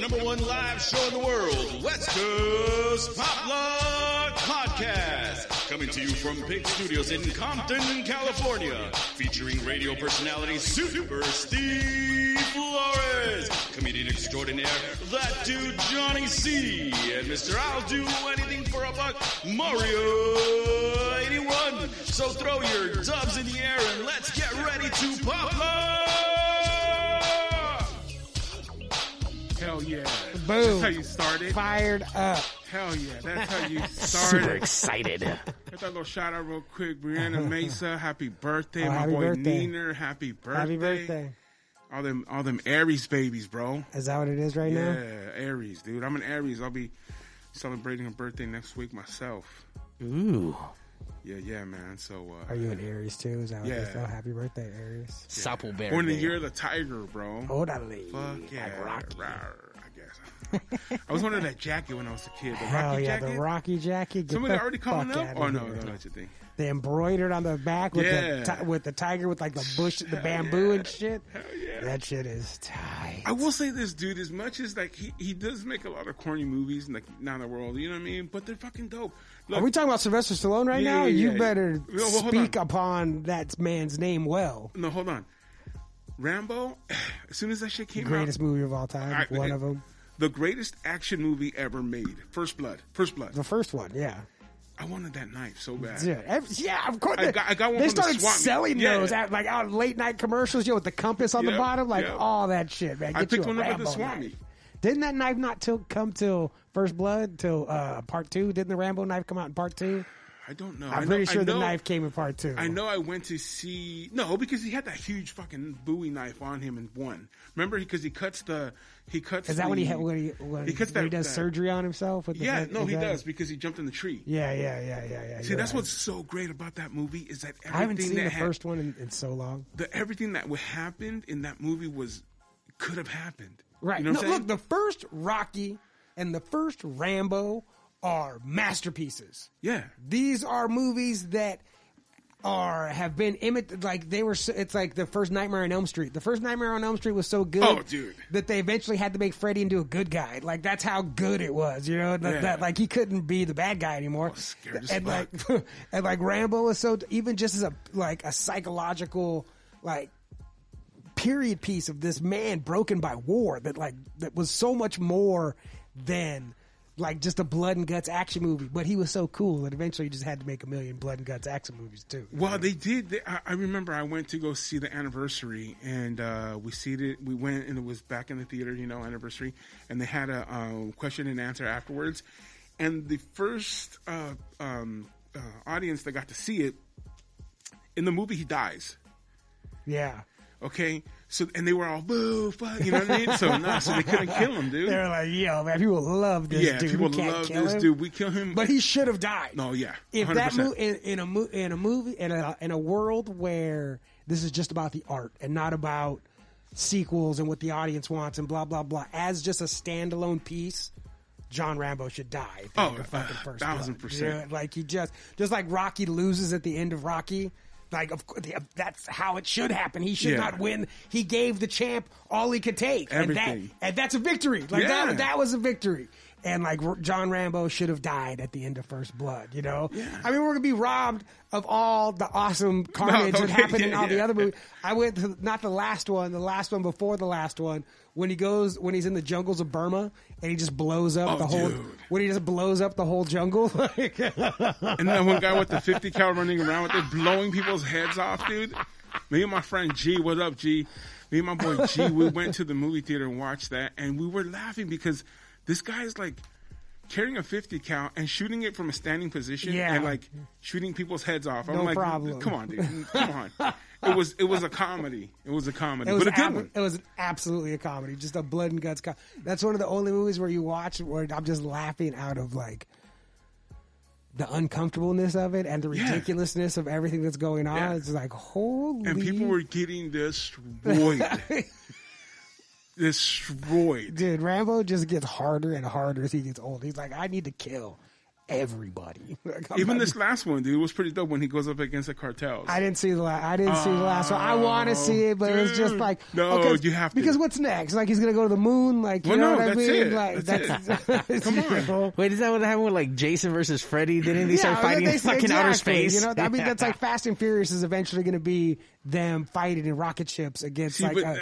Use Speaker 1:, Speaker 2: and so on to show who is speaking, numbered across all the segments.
Speaker 1: number one live show in the world, West Coast Pop Log Podcast. Coming to you from Pink Studios in Compton, California. Featuring radio personality Super Steve Flores, comedian extraordinaire, that dude Johnny C, and Mr. I'll Do Anything for a Buck, Mario 81. So throw your dubs in the air and let's get ready to pop log!
Speaker 2: Hell yeah. That's how
Speaker 3: Boom.
Speaker 2: you started.
Speaker 3: Fired up.
Speaker 2: Hell yeah. That's how you
Speaker 4: Super
Speaker 2: started.
Speaker 4: excited.
Speaker 2: Hit that little shout out real quick. Brianna Mesa, happy birthday.
Speaker 3: Oh,
Speaker 2: My
Speaker 3: happy
Speaker 2: boy
Speaker 3: birthday.
Speaker 2: Neener, happy birthday.
Speaker 3: Happy birthday.
Speaker 2: All them all them Aries babies, bro.
Speaker 3: Is that what it is right
Speaker 2: Yeah,
Speaker 3: now?
Speaker 2: Aries, dude. I'm an Aries. I'll be celebrating a birthday next week myself.
Speaker 4: Ooh.
Speaker 2: Yeah, yeah, man. So uh
Speaker 3: Are you an Aries too? Is that what it is?
Speaker 2: Yeah.
Speaker 3: Oh, happy birthday, Aries.
Speaker 4: Sappleberry.
Speaker 2: born in the year of the tiger, bro.
Speaker 3: Oh, Totally.
Speaker 2: Fuck yeah.
Speaker 4: Rocky.
Speaker 2: rawr, I guess. I was wearing that jacket when I was a kid. The
Speaker 3: Hell
Speaker 2: Rocky
Speaker 3: yeah,
Speaker 2: jacket.
Speaker 3: the Rocky jacket. Get
Speaker 2: Somebody
Speaker 3: the
Speaker 2: already coming
Speaker 3: fuck
Speaker 2: up?
Speaker 3: outta
Speaker 2: Oh no,
Speaker 3: here.
Speaker 2: no, that's your thing.
Speaker 3: They embroidered on the back with the
Speaker 2: Yeah.
Speaker 3: ti- with the tiger with like the bush, the bamboo and shit. That shit is tight.
Speaker 2: I will say this, dude. As much as like he, he does make a lot of corny movies, like now that we're old, you know what I mean. But they're fucking dope. Look,
Speaker 3: Are we talking about Sylvester Stallone right
Speaker 2: Yeah,
Speaker 3: now?
Speaker 2: yeah,
Speaker 3: you
Speaker 2: yeah.
Speaker 3: better
Speaker 2: Well, well, hold
Speaker 3: speak
Speaker 2: on.
Speaker 3: upon that man's name well.
Speaker 2: no, hold on. Rambo. As soon as that shit came
Speaker 3: Greatest
Speaker 2: out,
Speaker 3: movie of all time.
Speaker 2: Alright,
Speaker 3: one
Speaker 2: okay.
Speaker 3: of them.
Speaker 2: the greatest action movie ever made. First Blood. First Blood.
Speaker 3: The first one, yeah.
Speaker 2: I wanted that knife so bad.
Speaker 3: Yeah, ev- yeah, of course.
Speaker 2: I got- I got one
Speaker 3: they
Speaker 2: from the
Speaker 3: started
Speaker 2: swap meet.
Speaker 3: selling
Speaker 2: Yeah.
Speaker 3: those at like out late night commercials, yo, with the compass on the
Speaker 2: Yep,
Speaker 3: bottom, like
Speaker 2: yep.
Speaker 3: all that shit, man. Get
Speaker 2: I
Speaker 3: you
Speaker 2: picked
Speaker 3: a
Speaker 2: one up at the
Speaker 3: Rambo
Speaker 2: swap
Speaker 3: knife.
Speaker 2: meet.
Speaker 3: Didn't that knife not till come till First Blood till uh, part two? Didn't the Rambo knife come out in part two?
Speaker 2: I don't know.
Speaker 3: I'm
Speaker 2: I know-
Speaker 3: pretty
Speaker 2: I
Speaker 3: sure the
Speaker 2: know-
Speaker 3: knife came in part two.
Speaker 2: I know I went to see no because he had that huge fucking Bowie knife on him in one. Remember because he cuts the he cuts.
Speaker 3: Is that
Speaker 2: the,
Speaker 3: when he had when he when
Speaker 2: he
Speaker 3: he,
Speaker 2: cuts
Speaker 3: when
Speaker 2: that
Speaker 3: he does
Speaker 2: that-
Speaker 3: surgery on himself? With the,
Speaker 2: Yeah,
Speaker 3: is
Speaker 2: no, he
Speaker 3: that-
Speaker 2: does because he jumped in the tree.
Speaker 3: Yeah, yeah, yeah, yeah, yeah.
Speaker 2: See,
Speaker 3: you're
Speaker 2: that's
Speaker 3: right.
Speaker 2: what's so great about that movie is that everything
Speaker 3: I haven't seen
Speaker 2: that
Speaker 3: the
Speaker 2: had-
Speaker 3: first one in, in so long.
Speaker 2: the everything that would happened in that movie was could have happened.
Speaker 3: Right.
Speaker 2: You know what
Speaker 3: no,
Speaker 2: I'm saying?
Speaker 3: look, the first Rocky and the first Rambo are masterpieces.
Speaker 2: yeah.
Speaker 3: These are movies that are have been imitated. Like they were. So, it's like the first Nightmare on Elm Street. The first Nightmare on Elm Street was so good.
Speaker 2: Oh, dude.
Speaker 3: That they eventually had to make Freddy into a good guy. Like that's how good it was. You know that,
Speaker 2: Yeah.
Speaker 3: that like he couldn't be the bad guy anymore.
Speaker 2: scared as
Speaker 3: and like and like Rambo is so even just as a like a psychological like period piece of this man broken by war that like that was so much more than like just a blood and guts action movie but he was so cool that eventually he just had to make a million blood and guts action movies too
Speaker 2: Well, they did. They, I, I remember I went to go see the anniversary, and uh, we seated. We went, and it was back in the theater, you know, anniversary, and they had a um, question and answer afterwards. And the first uh, um, uh, audience that got to see it in the movie, he dies.
Speaker 3: yeah
Speaker 2: Okay, so and they were all boo, fuck, you know what I mean? So no, so they couldn't kill him, dude.
Speaker 3: they're like yo man people love this
Speaker 2: yeah,
Speaker 3: dude
Speaker 2: people
Speaker 3: we can't
Speaker 2: love
Speaker 3: kill
Speaker 2: this
Speaker 3: him.
Speaker 2: dude. We kill him,
Speaker 3: but he should have died
Speaker 2: no, yeah,
Speaker 3: if that
Speaker 2: 100%.
Speaker 3: mo- in, in a mo- in a movie in a in a world where this is just about the art and not about sequels and what the audience wants and blah blah blah as just a standalone piece John Rambo should die. if they
Speaker 2: Oh,
Speaker 3: had the fucking
Speaker 2: uh,
Speaker 3: first
Speaker 2: thousand
Speaker 3: blood.
Speaker 2: percent.
Speaker 3: You know, like he just, just like Rocky loses at the end of Rocky. Like of course, that's how it should happen. He should
Speaker 2: Yeah.
Speaker 3: not win. He gave the champ all he could take, and
Speaker 2: Everything.
Speaker 3: that and that's a victory. Like
Speaker 2: Yeah.
Speaker 3: that, that was a victory. And like R- John Rambo should have died at the end of First Blood, you know. I mean, we're gonna be robbed of all the awesome carnage that
Speaker 2: okay,
Speaker 3: happened in
Speaker 2: yeah,
Speaker 3: all the
Speaker 2: yeah.
Speaker 3: other movies. I went to not the last one, the last one before the last one when he goes when he's in the jungles of Burma and he just blows up
Speaker 2: Oh,
Speaker 3: the whole
Speaker 2: dude.
Speaker 3: when he just blows up the whole jungle. Like,
Speaker 2: And then one guy with the 50 cal running around with it, blowing people's heads off, dude. Me and my friend G, what up, G? Me and my boy G, we went to the movie theater and watched that, and we were laughing because this guy is like carrying a 50 cal and shooting it from a standing position
Speaker 3: Yeah.
Speaker 2: and like shooting people's heads off. I'm
Speaker 3: No
Speaker 2: like,
Speaker 3: problem.
Speaker 2: come on, dude, come on. It was it was a comedy. It was a comedy,
Speaker 3: It was
Speaker 2: but a good
Speaker 3: ab-
Speaker 2: one.
Speaker 3: It was absolutely a comedy, just a blood and guts. Com- That's one of the only movies where you watch where I'm just laughing out of like the uncomfortableness of it and the
Speaker 2: Yeah.
Speaker 3: ridiculousness of everything that's going on.
Speaker 2: Yeah.
Speaker 3: It's like holy.
Speaker 2: And people were getting destroyed. destroyed.
Speaker 3: dude. Rambo just gets harder and harder as he gets older. He's like, I need to kill everybody. Like, I'm
Speaker 2: Even
Speaker 3: not-
Speaker 2: this last one, dude, was pretty dope when he goes up against the cartels.
Speaker 3: I didn't see the last. I didn't see the last one. I want to see it, but it's just
Speaker 2: Oh, dude.
Speaker 3: like
Speaker 2: No,
Speaker 3: okay,
Speaker 2: you have to.
Speaker 3: because what's next? Like he's gonna go to the moon. Like you
Speaker 2: Well,
Speaker 3: know
Speaker 2: no,
Speaker 3: what
Speaker 2: that's
Speaker 3: I mean?
Speaker 2: it.
Speaker 3: Like
Speaker 2: That's
Speaker 3: come on.
Speaker 4: Wait, is that what happened with like Jason versus Freddy? Didn't they start fighting in fucking outer space?
Speaker 3: You know, I mean, that's like Fast and Furious is eventually going to be them fighting in rocket ships against
Speaker 2: See,
Speaker 3: like,
Speaker 2: but-
Speaker 3: a,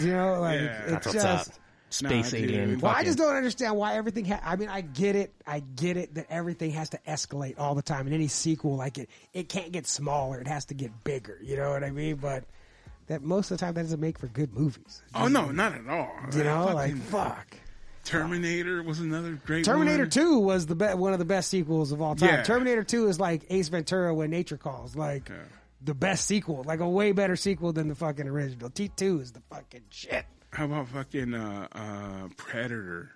Speaker 3: you know, like
Speaker 2: Yeah.
Speaker 3: it's
Speaker 4: that's what's
Speaker 3: just.
Speaker 4: up. Space
Speaker 2: Nah, dude.
Speaker 4: alien.
Speaker 3: Well, I
Speaker 4: fucking-
Speaker 3: just don't understand why everything. Ha- I mean, I get it. I get it that everything has to escalate all the time. In any sequel, like it, it can't get smaller. It has to get bigger. You know what I mean? But that most of the time, that doesn't make for good movies.
Speaker 2: oh no, not at all.
Speaker 3: You know, like
Speaker 2: Fucking
Speaker 3: fuck.
Speaker 2: Terminator was another great.
Speaker 3: Terminator
Speaker 2: one.
Speaker 3: Two was the be- one of the best sequels of all time.
Speaker 2: Yeah.
Speaker 3: Terminator Two is like Ace Ventura when nature calls, like
Speaker 2: Yeah.
Speaker 3: the best sequel, like a way better sequel than the fucking original. T Two is the fucking shit.
Speaker 2: How about fucking uh, uh, Predator?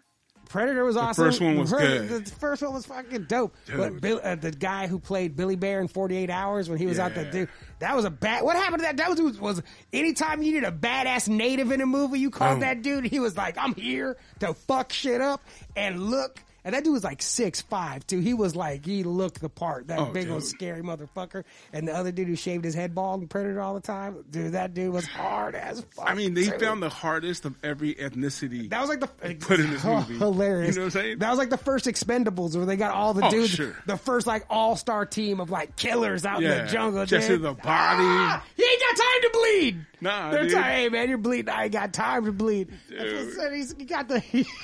Speaker 3: Predator was awesome.
Speaker 2: first one was
Speaker 3: Predator-
Speaker 2: good.
Speaker 3: The first one was fucking dope.
Speaker 2: Dude.
Speaker 3: But Bill, uh, the guy who played Billy Bear in 48 Hours when he was out there,
Speaker 2: Yeah.
Speaker 3: dude, that was a bad. What happened to that? That was, was anytime you needed a badass native in a movie, you called
Speaker 2: Boom.
Speaker 3: that dude. He was like, I'm here to fuck shit up and look. And that dude was like six five too. He was like he looked the part. That
Speaker 2: Oh,
Speaker 3: big old
Speaker 2: dude.
Speaker 3: scary motherfucker. And the other dude who shaved his head bald and predator all the time, dude. That dude was hard as fuck.
Speaker 2: I mean, they
Speaker 3: too.
Speaker 2: found the hardest of every ethnicity.
Speaker 3: That was like the Oh,
Speaker 2: put in this movie.
Speaker 3: Hilarious.
Speaker 2: You know what I'm saying?
Speaker 3: That was like the first Expendables where they got all the
Speaker 2: Oh,
Speaker 3: dudes,
Speaker 2: sure.
Speaker 3: the first like all star team of like killers out in
Speaker 2: Yeah.
Speaker 3: the jungle.
Speaker 2: Jesse
Speaker 3: dude.
Speaker 2: the Body.
Speaker 3: Ah, you ain't got time to bleed.
Speaker 2: Nah,
Speaker 3: they're
Speaker 2: dude.
Speaker 3: tired. Hey man, you're bleeding. I ain't got time to bleed. That's what I
Speaker 2: Dude.
Speaker 3: said. He's, he got the.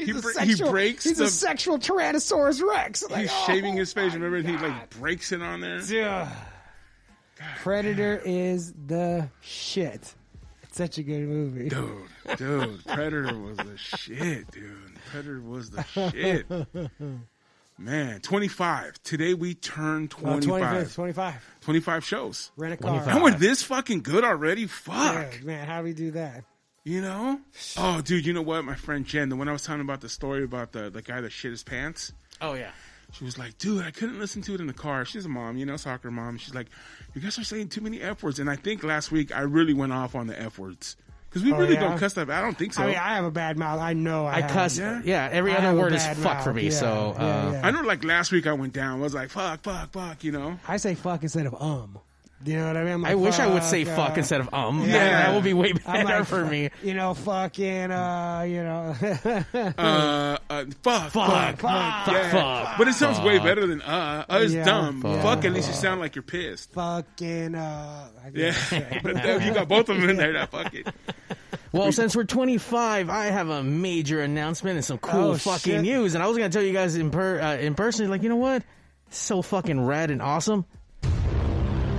Speaker 3: He, he's
Speaker 2: He
Speaker 3: a
Speaker 2: bre- he
Speaker 3: sexual,
Speaker 2: breaks
Speaker 3: He's a
Speaker 2: the-
Speaker 3: sexual Tyrannosaurus Rex. Like,
Speaker 2: He's
Speaker 3: oh,
Speaker 2: shaving his face.
Speaker 3: my
Speaker 2: Remember, and he
Speaker 3: God.
Speaker 2: like breaks it on there.
Speaker 3: Dude. Predator is the shit. It's such a good movie.
Speaker 2: Dude, dude, Predator was the shit, dude. Predator was the shit. Man, 25. Today we turned
Speaker 3: Uh, 25,
Speaker 2: 25.
Speaker 3: 25.
Speaker 2: 25 shows.
Speaker 3: Rent a car.
Speaker 4: 25.
Speaker 2: And we're this fucking good already? Fuck.
Speaker 3: Yeah, man, how do we do that?
Speaker 2: You know? Oh, dude, you know what? My friend Jen, the one I was telling about the story about the, the guy that shit his pants.
Speaker 4: oh yeah.
Speaker 2: She was like, dude, I couldn't listen to it in the car. She's a mom, you know, soccer mom. She's like, you guys are saying too many F words. And I think last week I really went off on the F words. Because we really
Speaker 3: Oh, yeah?
Speaker 2: don't cuss that. I don't think so.
Speaker 3: I mean, I have a bad mouth. I know I,
Speaker 4: I
Speaker 3: have.
Speaker 4: cuss.
Speaker 2: Yeah.
Speaker 4: Yeah. every
Speaker 3: I
Speaker 4: other
Speaker 3: have a
Speaker 4: word is
Speaker 3: bad
Speaker 4: fuck for
Speaker 3: mouth.
Speaker 4: me.
Speaker 3: Yeah,
Speaker 4: so
Speaker 3: yeah,
Speaker 4: uh,
Speaker 3: yeah.
Speaker 2: I know, like last week, I went down. I was like, "Fuck, fuck, fuck," you know.
Speaker 3: I say fuck instead of um. You know what I mean? I'm
Speaker 4: I
Speaker 3: like,
Speaker 4: wish I would say
Speaker 3: uh,
Speaker 4: fuck instead of um. Yeah.
Speaker 2: Yeah.
Speaker 4: That, that would be way
Speaker 3: I'm
Speaker 4: better
Speaker 3: like,
Speaker 4: for me.
Speaker 3: You know, fucking, uh, you know.
Speaker 2: Uh, uh fuck, fuck,
Speaker 4: Fuck. Fuck.
Speaker 3: Hmm. fuck,
Speaker 2: Yeah.
Speaker 4: fuck.
Speaker 2: But it sounds way
Speaker 4: Fuck.
Speaker 2: better than uh. Uh is
Speaker 3: Yeah.
Speaker 2: dumb.
Speaker 3: Fuck.
Speaker 2: Fuck. At least you sound like you're pissed.
Speaker 3: fucking, uh. I
Speaker 2: Yeah, but that- you got both of them in there. Now, fuck it.
Speaker 4: Well, since we're 25, I have a major announcement and some cool
Speaker 3: Oh,
Speaker 4: fucking
Speaker 3: shit.
Speaker 4: news. And I was gonna tell you guys in per uh, in person, like you know what, so fucking rad and awesome.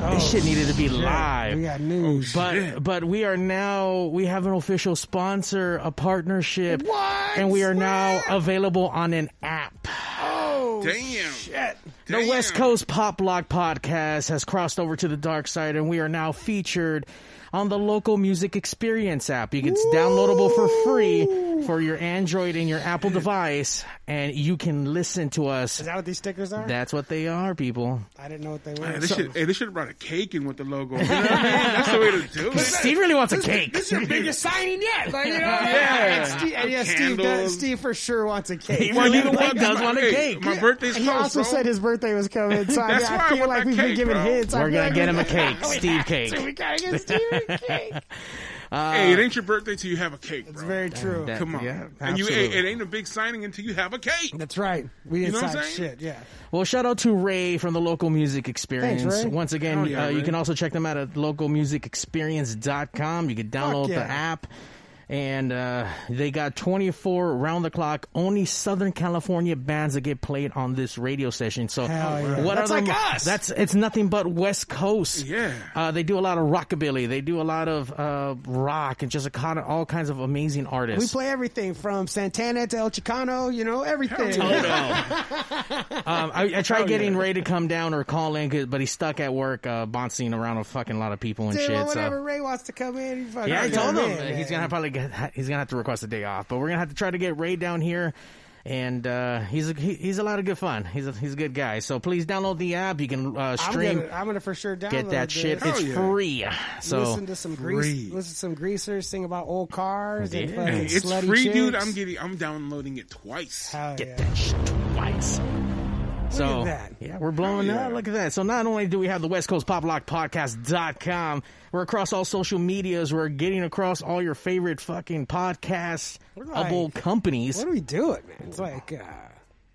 Speaker 3: Oh,
Speaker 4: this shit needed to be live. Oh,
Speaker 3: We got news.
Speaker 4: But
Speaker 2: Shit.
Speaker 4: but we are now we have an official sponsor, a partnership,
Speaker 3: What?
Speaker 4: and we are now
Speaker 3: Where?
Speaker 4: available on an app.
Speaker 3: oh,
Speaker 2: Damn.
Speaker 3: shit.
Speaker 4: The
Speaker 2: Damn.
Speaker 4: West Coast Pop Block podcast has crossed over to the dark side, and we are now featured on the local music experience app. You- It's downloadable for free for your Android and your Apple device, and you can listen to us.
Speaker 3: Is that what these stickers are?
Speaker 4: That's what they are, people.
Speaker 3: I didn't know what they
Speaker 2: Man,
Speaker 3: were.
Speaker 2: they
Speaker 3: So-
Speaker 2: should. Hey, they should have brought a cake in with the logo. You know what I mean? That's the way to do it.
Speaker 4: Steve really wants a cake.
Speaker 3: This is your biggest signing yet. Like, you know,
Speaker 2: Yeah.
Speaker 3: and Steve, and yeah, Steve,
Speaker 2: Candles.
Speaker 3: does, Steve for sure wants a cake.
Speaker 4: He really
Speaker 2: you know what?
Speaker 4: does
Speaker 2: My-
Speaker 4: want a
Speaker 2: hey,
Speaker 4: cake.
Speaker 2: My birthday's
Speaker 3: He
Speaker 2: close,
Speaker 3: also
Speaker 2: bro.
Speaker 3: said his birthday was coming, so I,
Speaker 2: That's
Speaker 3: mean,
Speaker 2: why I
Speaker 3: I feel
Speaker 2: want
Speaker 3: like
Speaker 2: that
Speaker 3: we've
Speaker 2: cake,
Speaker 3: been giving
Speaker 2: bro.
Speaker 3: hints. I
Speaker 4: We're
Speaker 3: feel
Speaker 4: gonna
Speaker 3: like
Speaker 4: get
Speaker 3: we-
Speaker 4: him a cake,
Speaker 3: we
Speaker 4: Steve
Speaker 3: have
Speaker 4: cake.
Speaker 3: to. We gotta get Steve a cake.
Speaker 2: "Hey, it ain't your birthday till you have a cake, bro.
Speaker 3: uh, It's very true.
Speaker 4: that-
Speaker 2: Come on.
Speaker 4: Yeah,
Speaker 2: and you, hey,
Speaker 4: absolutely.
Speaker 2: it ain't a big signing until you have a cake.
Speaker 3: That's right. We didn't
Speaker 2: know what I'm
Speaker 3: sign
Speaker 2: saying?
Speaker 3: shit. Yeah.
Speaker 4: Well, shout out to Ray from the Local Music Experience.
Speaker 3: Thanks, Ray.
Speaker 4: Once again,
Speaker 2: Hell yeah,
Speaker 4: uh, you
Speaker 2: Ray.
Speaker 4: can also check them out at localmusicexperience.com. You can download
Speaker 3: yeah.
Speaker 4: the app. And uh, they got 24 round the clock, only Southern California bands that get played on this radio session. So,
Speaker 3: Hell yeah.
Speaker 4: what
Speaker 3: That's
Speaker 4: other-
Speaker 3: like us.
Speaker 4: That's it's nothing but West Coast.
Speaker 2: Yeah.
Speaker 4: uh, they do a lot of rockabilly. They do a lot of uh, rock and just a kind of all kinds of amazing artists.
Speaker 3: We play everything from Santana to El Chicano, you know, everything.
Speaker 4: Oh, no. um, I, I tried
Speaker 2: Oh,
Speaker 4: getting
Speaker 2: yeah.
Speaker 4: Ray to come down or call in, 'cause- but he's stuck at work, uh, bouncing around a fucking lot of people and
Speaker 3: Dude,
Speaker 4: shit.
Speaker 3: well, whenever
Speaker 4: So.
Speaker 3: Ray wants to come in, he fucking
Speaker 4: Yeah, I
Speaker 3: comes
Speaker 4: told him
Speaker 3: in,
Speaker 4: he's
Speaker 3: man.
Speaker 4: gonna probably get, he's gonna have to request a day off, but we're gonna have to try to get Ray down here. And uh, he's a, he, he's a lot of good fun. He's a, he's a good guy. So please download the app. You can uh,
Speaker 3: I'm
Speaker 4: stream,
Speaker 3: gonna, I'm gonna for sure download
Speaker 4: get that shit.
Speaker 3: this.
Speaker 4: It's
Speaker 2: Hell yeah.
Speaker 4: free. So
Speaker 3: listen to some grease,
Speaker 2: free.
Speaker 3: listen to some greasers sing about old cars and
Speaker 4: Yeah.
Speaker 3: fucking
Speaker 4: Hey,
Speaker 2: It's
Speaker 3: slutty
Speaker 2: free, dude.
Speaker 3: chicks.
Speaker 2: I'm getting. I'm downloading it twice.
Speaker 3: Hell
Speaker 4: get
Speaker 3: yeah.
Speaker 4: that shit twice. so
Speaker 3: at that.
Speaker 4: yeah, we're blowing
Speaker 2: yeah.
Speaker 4: up. Look at that. So not only do we have the West Coast Pop Lock Podcast.com, we're across all social medias. We're getting across all your favorite fucking podcastable
Speaker 3: like-
Speaker 4: companies.
Speaker 3: What do we do it, man? It's like uh,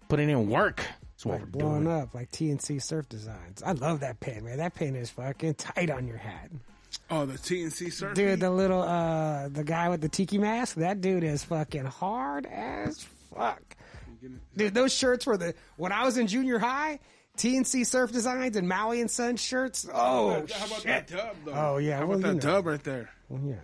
Speaker 4: Putting in work. That's what we're
Speaker 3: like
Speaker 4: doing.
Speaker 3: blowing up, like TNC Surf Designs. I love that pin, man. That pin is fucking tight on your hat,
Speaker 2: Oh, the TNC surf.
Speaker 3: dude. The little uh, the guy with the tiki mask. That dude is fucking hard as fuck. Dude, those shirts were the when I was in junior high. TNC Surf Designs and Maui and Son shirts. Oh,
Speaker 2: How about
Speaker 3: shit.
Speaker 2: that dub, though?
Speaker 3: Oh, yeah,
Speaker 2: How
Speaker 3: well,
Speaker 2: about
Speaker 3: you
Speaker 2: that
Speaker 3: know. Oh,
Speaker 2: dub right there?
Speaker 3: Yeah.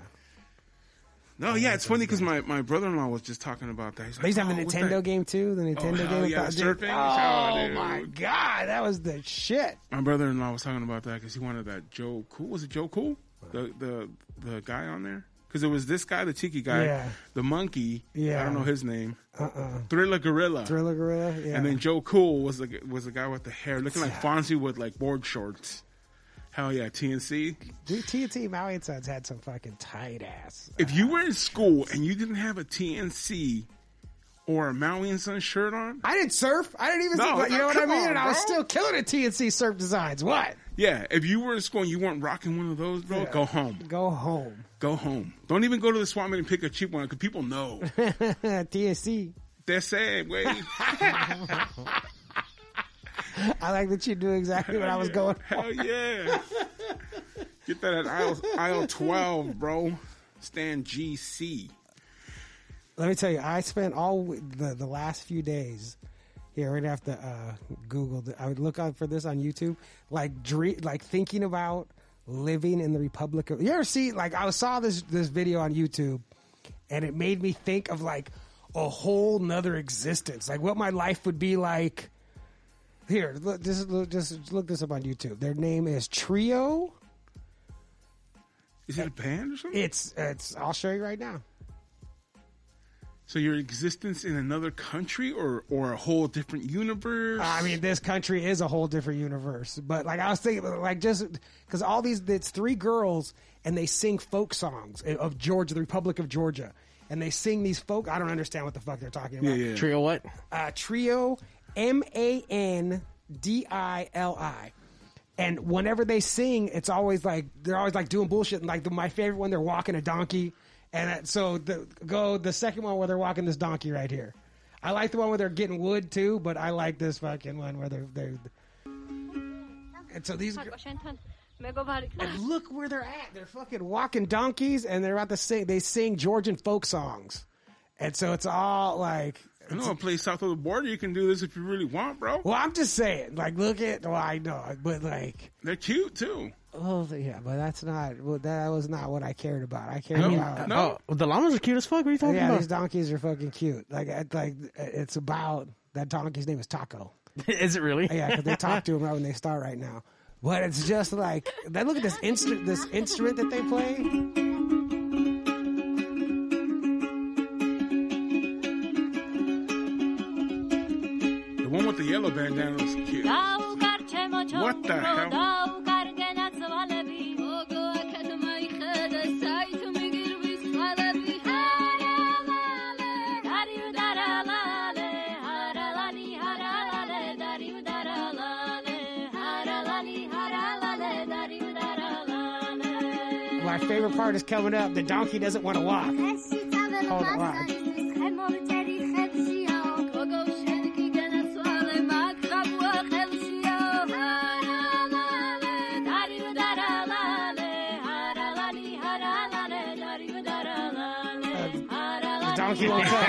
Speaker 2: No, yeah, it's funny because my, my brother in law was just talking about that. He's
Speaker 3: They
Speaker 2: like,
Speaker 3: used to
Speaker 2: oh,
Speaker 3: have the
Speaker 2: what's
Speaker 3: Nintendo
Speaker 2: that?
Speaker 3: game too. The Nintendo
Speaker 2: hell
Speaker 3: game.
Speaker 2: yeah,
Speaker 3: Dude,
Speaker 2: surfing.
Speaker 3: Oh,
Speaker 2: Oh, dude.
Speaker 3: my god, that was the shit.
Speaker 2: My brother in law was talking about that because he wanted that Joe Cool. Was it Joe Cool? The the the guy on there because it was this guy, the tiki guy,
Speaker 3: Yeah.
Speaker 2: the monkey. I
Speaker 3: Yeah.
Speaker 2: don't know his name. Uh-uh. Thriller Gorilla.
Speaker 3: Thriller Gorilla. Yeah.
Speaker 2: And then Joe Cool was the was the guy with the hair, looking like Fonzie with like board shorts. Hell yeah, TNC.
Speaker 3: Dude, TNT Maui and Sons had some fucking tight ass.
Speaker 2: If you were in school and you didn't have a TNC or a Maui and Sun shirt on,
Speaker 3: I didn't surf. I didn't even.
Speaker 2: No,
Speaker 3: but you know what I
Speaker 2: come
Speaker 3: mean.
Speaker 2: on,
Speaker 3: and I was
Speaker 2: bro.
Speaker 3: still killing at TNC Surf Designs. What?
Speaker 2: yeah. If you were in school and you weren't rocking one of those, bro, go home.
Speaker 3: Go home.
Speaker 2: Go home. Don't even go to the swap meet and pick a cheap one because people know.
Speaker 3: TNC.
Speaker 2: They're sad, way.
Speaker 3: I like that you knew exactly what I was going.
Speaker 2: Hell yeah. Get that at aisle, aisle 12, bro. Stand GC.
Speaker 3: Let me tell you, I spent all w- the the last few days here. We're gonna have to uh, Google. th- I would look out for this on YouTube. Like dream, like thinking about living in the Republic of. You ever see? Like I saw this this video on YouTube, and it made me think of like a whole nother existence. Like what my life would be like. Here, look, just look, just look this up on YouTube. Their name is Trio.
Speaker 2: Is it a band or something?
Speaker 3: It's it's. I'll show you right now.
Speaker 2: So your existence in another country or or a whole different universe?
Speaker 3: I mean, this country is a whole different universe. But like I was thinking, like just because all these, it's three girls and they sing folk songs of Georgia, the Republic of Georgia, and they sing these folk. I don't understand what the fuck they're talking about.
Speaker 2: yeah.
Speaker 4: Trio what?
Speaker 3: Uh, trio, M A N D I L I. And whenever they sing, it's always like they're always like doing bullshit. And like the, my favorite one, they're walking a donkey. And that, so the, go the second one where they're walking this donkey right here. I like the one where they're getting wood too, but I like this fucking one where they're they're. And so these gir- and look where they're at. They're fucking walking donkeys, and they're about to sing. They sing Georgian folk songs, and so it's all like
Speaker 2: I know a place south of the border you can do this if you really want, bro.
Speaker 3: Well, I'm just saying, like, look at. Well, I know, but like,
Speaker 2: They're cute too.
Speaker 3: oh yeah, but that's not. Well, that was not what I cared about. I cared
Speaker 2: No,
Speaker 3: about.
Speaker 2: no.
Speaker 4: Oh, the llamas are cute as fuck. What are you talking
Speaker 3: yeah, these
Speaker 4: about?
Speaker 3: donkeys are fucking cute. Like, it's like it's about that donkey's name is Taco.
Speaker 4: Is it really?
Speaker 3: Yeah, because they talk to him right when they start right now. But it's just like, then look at this instrument, this instrument that they play.
Speaker 2: The one with the yellow bandana is cute.
Speaker 5: What
Speaker 2: the hell?
Speaker 3: My favorite part is coming up. The donkey doesn't want to walk. Hold on, watch. The donkey won't talk.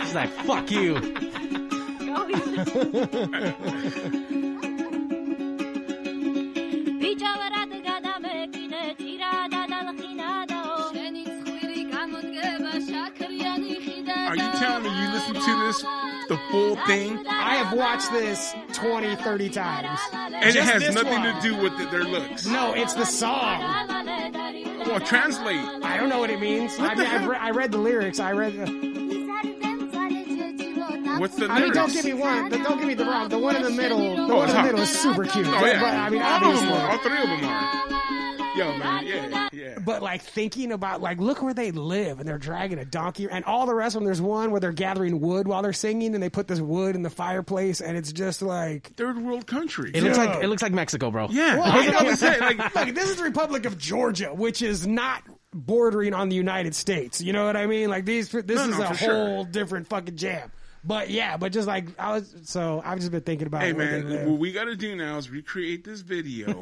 Speaker 4: It's like fuck you.
Speaker 2: Are you telling me you listen to this the full thing
Speaker 3: I have watched this 20, 30 times.
Speaker 2: and it
Speaker 3: Just
Speaker 2: has
Speaker 3: this
Speaker 2: nothing
Speaker 3: one.
Speaker 2: to do with the, their looks?
Speaker 3: No, it's the song.
Speaker 2: Well, translate.
Speaker 3: I don't know what it means. I,
Speaker 2: the
Speaker 3: mean, I,
Speaker 2: hell?
Speaker 3: re- I read the lyrics. I read. The,
Speaker 2: What's the
Speaker 3: I mean, don't
Speaker 2: lyrics?
Speaker 3: get me one. Don't get me the wrong. The one in the middle. The one
Speaker 2: it's
Speaker 3: in the
Speaker 2: hot.
Speaker 3: middle is super cute.
Speaker 2: Oh yeah,
Speaker 3: But I mean,
Speaker 2: all of them
Speaker 3: obviously.
Speaker 2: are. All three of them are. Yo, man, yeah, yeah.
Speaker 3: But like thinking about like look where they live and they're dragging a donkey and all the rest of them. There's one where they're gathering wood while they're singing and they put this wood in the fireplace and it's just like
Speaker 2: Third world country.
Speaker 4: It looks like it looks like Mexico, bro.
Speaker 2: yeah,
Speaker 3: Well,
Speaker 2: I was
Speaker 3: I
Speaker 2: about
Speaker 3: know.
Speaker 2: to say, like,
Speaker 3: Look, this is the Republic of Georgia, which is not bordering on the United States. You know what I mean? Like these, this
Speaker 2: No,
Speaker 3: is
Speaker 2: no,
Speaker 3: a
Speaker 2: for sure.
Speaker 3: whole different fucking jam. But yeah, but just like I was, so I've just been thinking about.
Speaker 2: hey
Speaker 3: where they
Speaker 2: man,
Speaker 3: live.
Speaker 2: what we got to do now is recreate this video in,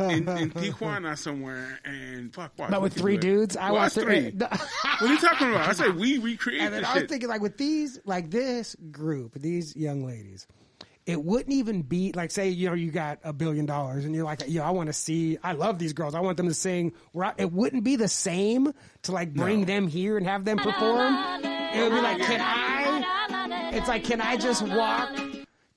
Speaker 2: in, in Tijuana somewhere and fuck, watch.
Speaker 3: But
Speaker 2: we
Speaker 3: with
Speaker 2: can
Speaker 3: three
Speaker 2: do it.
Speaker 3: dudes, I
Speaker 2: Well,
Speaker 3: watched eh,
Speaker 2: us
Speaker 3: three.
Speaker 2: three. What are you talking about? I said we recreate
Speaker 3: and then
Speaker 2: this
Speaker 3: I was
Speaker 2: shit.
Speaker 3: thinking, like with these, like this group, these young ladies, it wouldn't even be like, say, you know, you got a billion dollars, and you're like, yo, I want to see, I love these girls, I want them to sing. We're out- It wouldn't be the same to like bring them here and have them perform. It would be like, can I? It's like, can I just walk?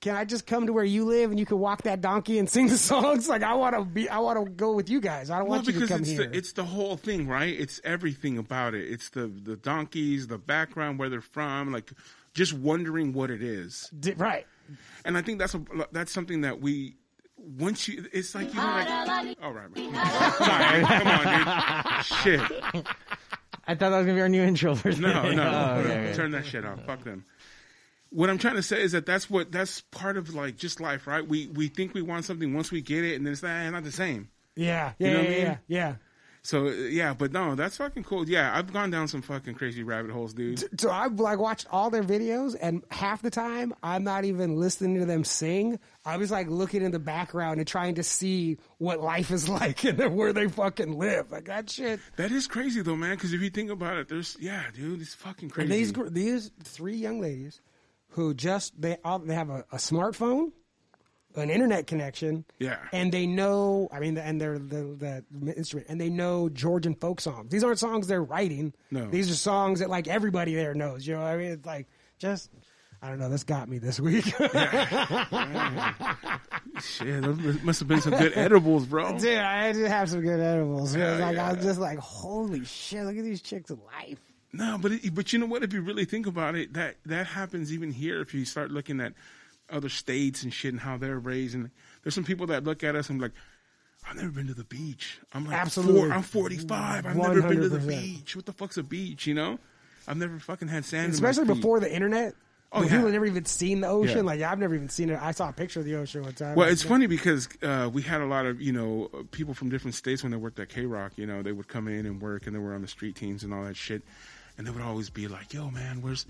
Speaker 3: Can I just come to where you live and you can walk that donkey and sing the songs? Like, I want to be, I want to go with you guys. I don't
Speaker 2: well,
Speaker 3: want you to
Speaker 2: because
Speaker 3: come
Speaker 2: it's
Speaker 3: here.
Speaker 2: the it's the whole thing, right? It's everything about it. It's the the donkeys, the background, where they're from, like just wondering what it is.
Speaker 3: D- right.
Speaker 2: And I think that's a, that's something that we once you it's like you know like all right, man. Sorry, come on, dude. Shit.
Speaker 4: I thought that was gonna be our new intro. For
Speaker 2: No, no,
Speaker 4: Oh,
Speaker 2: no.
Speaker 4: okay, okay.
Speaker 2: turn that shit off. Fuck them. What I'm trying to say is that that's what that's part of like just life, right? We we think we want something once we get it, and then it's like, eh, not the same.
Speaker 3: Yeah. Yeah.
Speaker 2: know
Speaker 3: yeah,
Speaker 2: what I mean?
Speaker 3: yeah. Yeah.
Speaker 2: So uh, yeah, but no, that's fucking cool. Yeah, I've gone down some fucking crazy rabbit holes, dude.
Speaker 3: so I've like watched all their videos, and half the time I'm not even listening to them sing. I was like looking in the background and trying to see what life is like and then where they fucking live. Like that shit.
Speaker 2: That is crazy though, man. Because if you think about it, there's yeah, dude, it's fucking crazy.
Speaker 3: These gr- these three young ladies who just they all they have a, a smartphone, an internet connection,
Speaker 2: Yeah.
Speaker 3: and they know. I mean, and they're the, the instrument, and they know Georgian folk songs. These aren't songs they're writing.
Speaker 2: No.
Speaker 3: these are songs that like everybody there knows. You know, what I mean, it's like just. I don't know. This got me this week.
Speaker 2: Shit, there must have been some good edibles, bro.
Speaker 3: Dude, I did have some good edibles. It was like I was just like, holy shit, look at these chicks alive.
Speaker 2: No, but it, but you know what? If you really think about it, that that happens even here. If you start looking at other states and shit and how they're raised, and there's some people that look at us and be like, I've never been to the beach. I'm like,
Speaker 3: Absolutely.
Speaker 2: four, I'm 45. I've never been to the
Speaker 3: 100%.
Speaker 2: beach. What the fuck's a beach? You know, I've never fucking had sand. in my
Speaker 3: Especially
Speaker 2: feet.
Speaker 3: before the internet.
Speaker 2: Oh,
Speaker 3: when
Speaker 2: yeah.
Speaker 3: People had never even seen the ocean.
Speaker 2: Yeah.
Speaker 3: Like, I've never even seen it. I saw a picture of the ocean one time.
Speaker 2: Well, it's funny because uh, we had a lot of you know people from different states when they worked at K Rock. You know, they would come in and work, and they were on the street teams and all that shit. And they would always be like, "Yo, man, where's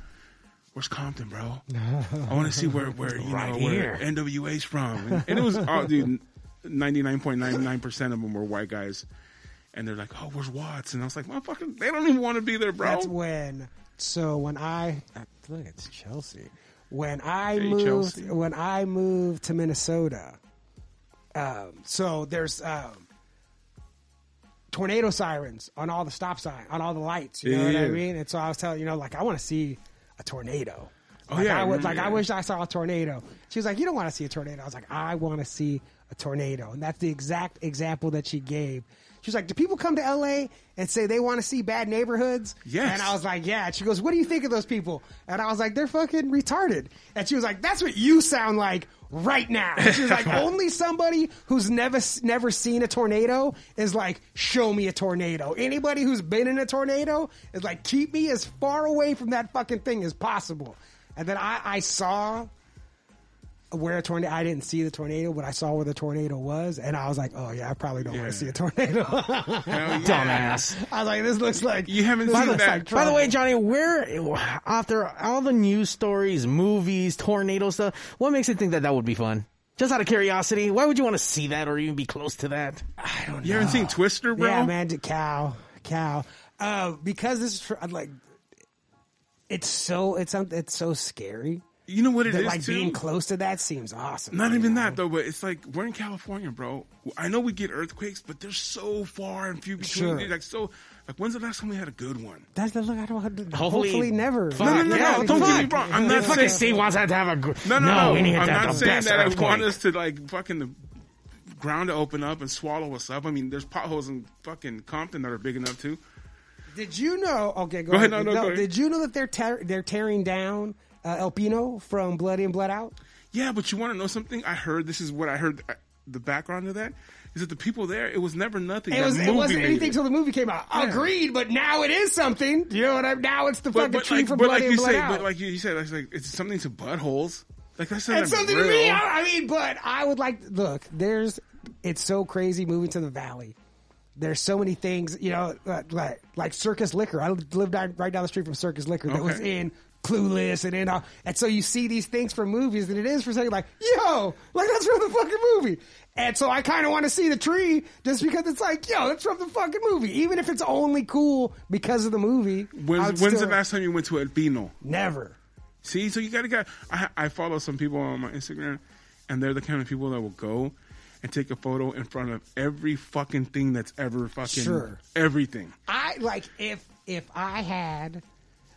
Speaker 2: where's Compton, bro? I want to see where where you know where NWA's from." And, and it was all dude, ninety nine point nine nine percent of them were white guys. And they're like, "Oh, where's Watts?" And I was like, "Motherfucker, they don't even want to be there, bro."
Speaker 3: That's when. So when I look, it's Chelsea. When I
Speaker 2: Hey,
Speaker 3: moved,
Speaker 2: Chelsea.
Speaker 3: when I moved to Minnesota, um, so there's um, tornado sirens on all the stop sign on all the lights. You know
Speaker 2: Yeah,
Speaker 3: what I
Speaker 2: yeah.
Speaker 3: mean? And so I was telling you know, like I want to see a tornado.
Speaker 2: Oh,
Speaker 3: Like,
Speaker 2: yeah,
Speaker 3: I
Speaker 2: I
Speaker 3: would,
Speaker 2: remember
Speaker 3: like I
Speaker 2: that.
Speaker 3: wish I saw a tornado. She was like, "You don't want to see a tornado." I was like, "I want to see a tornado," and that's the exact example that she gave. She was like, "Do people come to L.A. and say they want to see bad neighborhoods?"
Speaker 2: Yes.
Speaker 3: And I was like, yeah. And she goes, what do you think of those people? And I was like, they're fucking retarded. And she was like, that's what you sound like right now. And she was like, only somebody who's never never seen a tornado is like, show me a tornado. Anybody who's been in a tornado is like, keep me as far away from that fucking thing as possible. And then I, I saw where a tornado. I didn't see the tornado, but I saw where the tornado was, and I was like, oh yeah, I probably don't want
Speaker 2: Yeah.
Speaker 3: to see a tornado.
Speaker 2: Hell yeah.
Speaker 4: Dumbass.
Speaker 3: I was like, this looks like
Speaker 2: You haven't
Speaker 3: this
Speaker 2: seen
Speaker 3: looks
Speaker 2: that.
Speaker 4: By the
Speaker 3: trouble.
Speaker 4: way, Johnny, where after all the news stories, movies, tornado stuff, what makes you think that that would be fun? Just out of curiosity, why would you want to see that or even be close to that?
Speaker 2: You haven't seen Twister, bro?
Speaker 3: Yeah, man, d- cow, cow. Uh, because this is for, I'm like, it's so it's something it's so scary.
Speaker 2: You know what it is
Speaker 3: That, like
Speaker 2: too?
Speaker 3: being close to that seems awesome.
Speaker 2: Not even that though, but it's like we're in California, bro. I know we get earthquakes, but they're so far and few between.
Speaker 3: Sure.
Speaker 2: dude. Like so, like when's the last time we had a good one?
Speaker 3: That's the look. I don't. Hopefully,
Speaker 4: Hopefully-
Speaker 3: hopefully never.
Speaker 4: Fuck, No, no, no,
Speaker 2: no, don't get me wrong. I'm not
Speaker 4: fucking
Speaker 2: saying-
Speaker 4: Steve wants to have a gr-
Speaker 2: No, no, no.
Speaker 4: We need
Speaker 2: I'm
Speaker 4: to have
Speaker 2: not
Speaker 4: the
Speaker 2: saying
Speaker 4: best
Speaker 2: that I
Speaker 4: earthquake.
Speaker 2: want us to like fucking the ground to open up and swallow us up. I mean, there's potholes in fucking Compton that are big enough too.
Speaker 3: Did you know? Okay, go,
Speaker 2: Go
Speaker 3: ahead.
Speaker 2: ahead, no, no, go ahead.
Speaker 3: Did you know that they're tear they're tearing down uh, El Pino from Blood In Blood Out?
Speaker 2: Yeah, but you want to know something? I heard this is what I heard. I, the background of that is that the people there, it was never nothing.
Speaker 3: It
Speaker 2: That
Speaker 3: was
Speaker 2: movie
Speaker 3: it wasn't
Speaker 2: made
Speaker 3: anything till the movie came out. Agreed, but now it is something. You know what I mean? Now it's the fucking tree from
Speaker 2: but
Speaker 3: Blood
Speaker 2: like
Speaker 3: In,
Speaker 2: you
Speaker 3: Blood
Speaker 2: say,
Speaker 3: Out.
Speaker 2: but like you, you said, it's like it's something to buttholes. Like that's not
Speaker 3: That's something
Speaker 2: real.
Speaker 3: to me. I, I mean, but I would like look. There's it's so crazy moving to the valley. There's so many things, you know, like like, like Circus Liquor. I lived down, right down the street from Circus Liquor that was
Speaker 2: Okay.
Speaker 3: in Clueless and in all. And so you see these things from movies, and it is for a second like, yo, like that's from the fucking movie. And so I kind of want to see the tree just because it's like, yo, that's from the fucking movie. Even if it's only cool because of the movie.
Speaker 2: When's,
Speaker 3: I
Speaker 2: when's
Speaker 3: would still-
Speaker 2: the last time you went to El Pino?
Speaker 3: Never.
Speaker 2: See, so you gotta get. I, I follow some people on my Instagram, and they're the kind of people that will go and take a photo in front of every fucking thing that's ever fucking
Speaker 3: Sure.
Speaker 2: everything.
Speaker 3: I like if if I had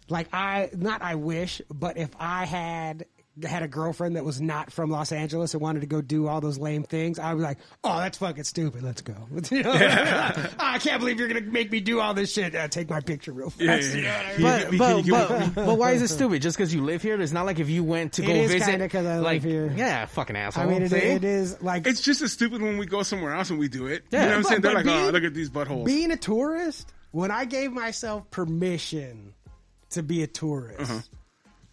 Speaker 3: like I not I wish, but if I had had a girlfriend that was not from Los Angeles and wanted to go do all those lame things, I was like, "Oh, that's fucking stupid. Let's go." You know? "Oh, I can't believe you're gonna make me do all this shit. Uh, take my picture real fast. You know what I mean?
Speaker 4: But,
Speaker 2: Can you-
Speaker 4: but,
Speaker 2: can you-
Speaker 4: but, but why is it stupid? Just because you live here? It's not like if you went to
Speaker 3: It
Speaker 4: go
Speaker 3: is
Speaker 4: visit.
Speaker 3: kinda 'cause I live
Speaker 4: like,
Speaker 3: here.
Speaker 4: Yeah, fucking asshole.
Speaker 3: I mean, it,
Speaker 4: See?
Speaker 3: it is like
Speaker 2: It's just as stupid when we go somewhere else and we do it.
Speaker 4: Yeah.
Speaker 2: You know what I'm
Speaker 4: But-
Speaker 2: saying? They're
Speaker 3: but
Speaker 2: like, oh,
Speaker 3: being-
Speaker 2: look at these buttholes.
Speaker 3: being a tourist, when I gave myself permission to be a tourist,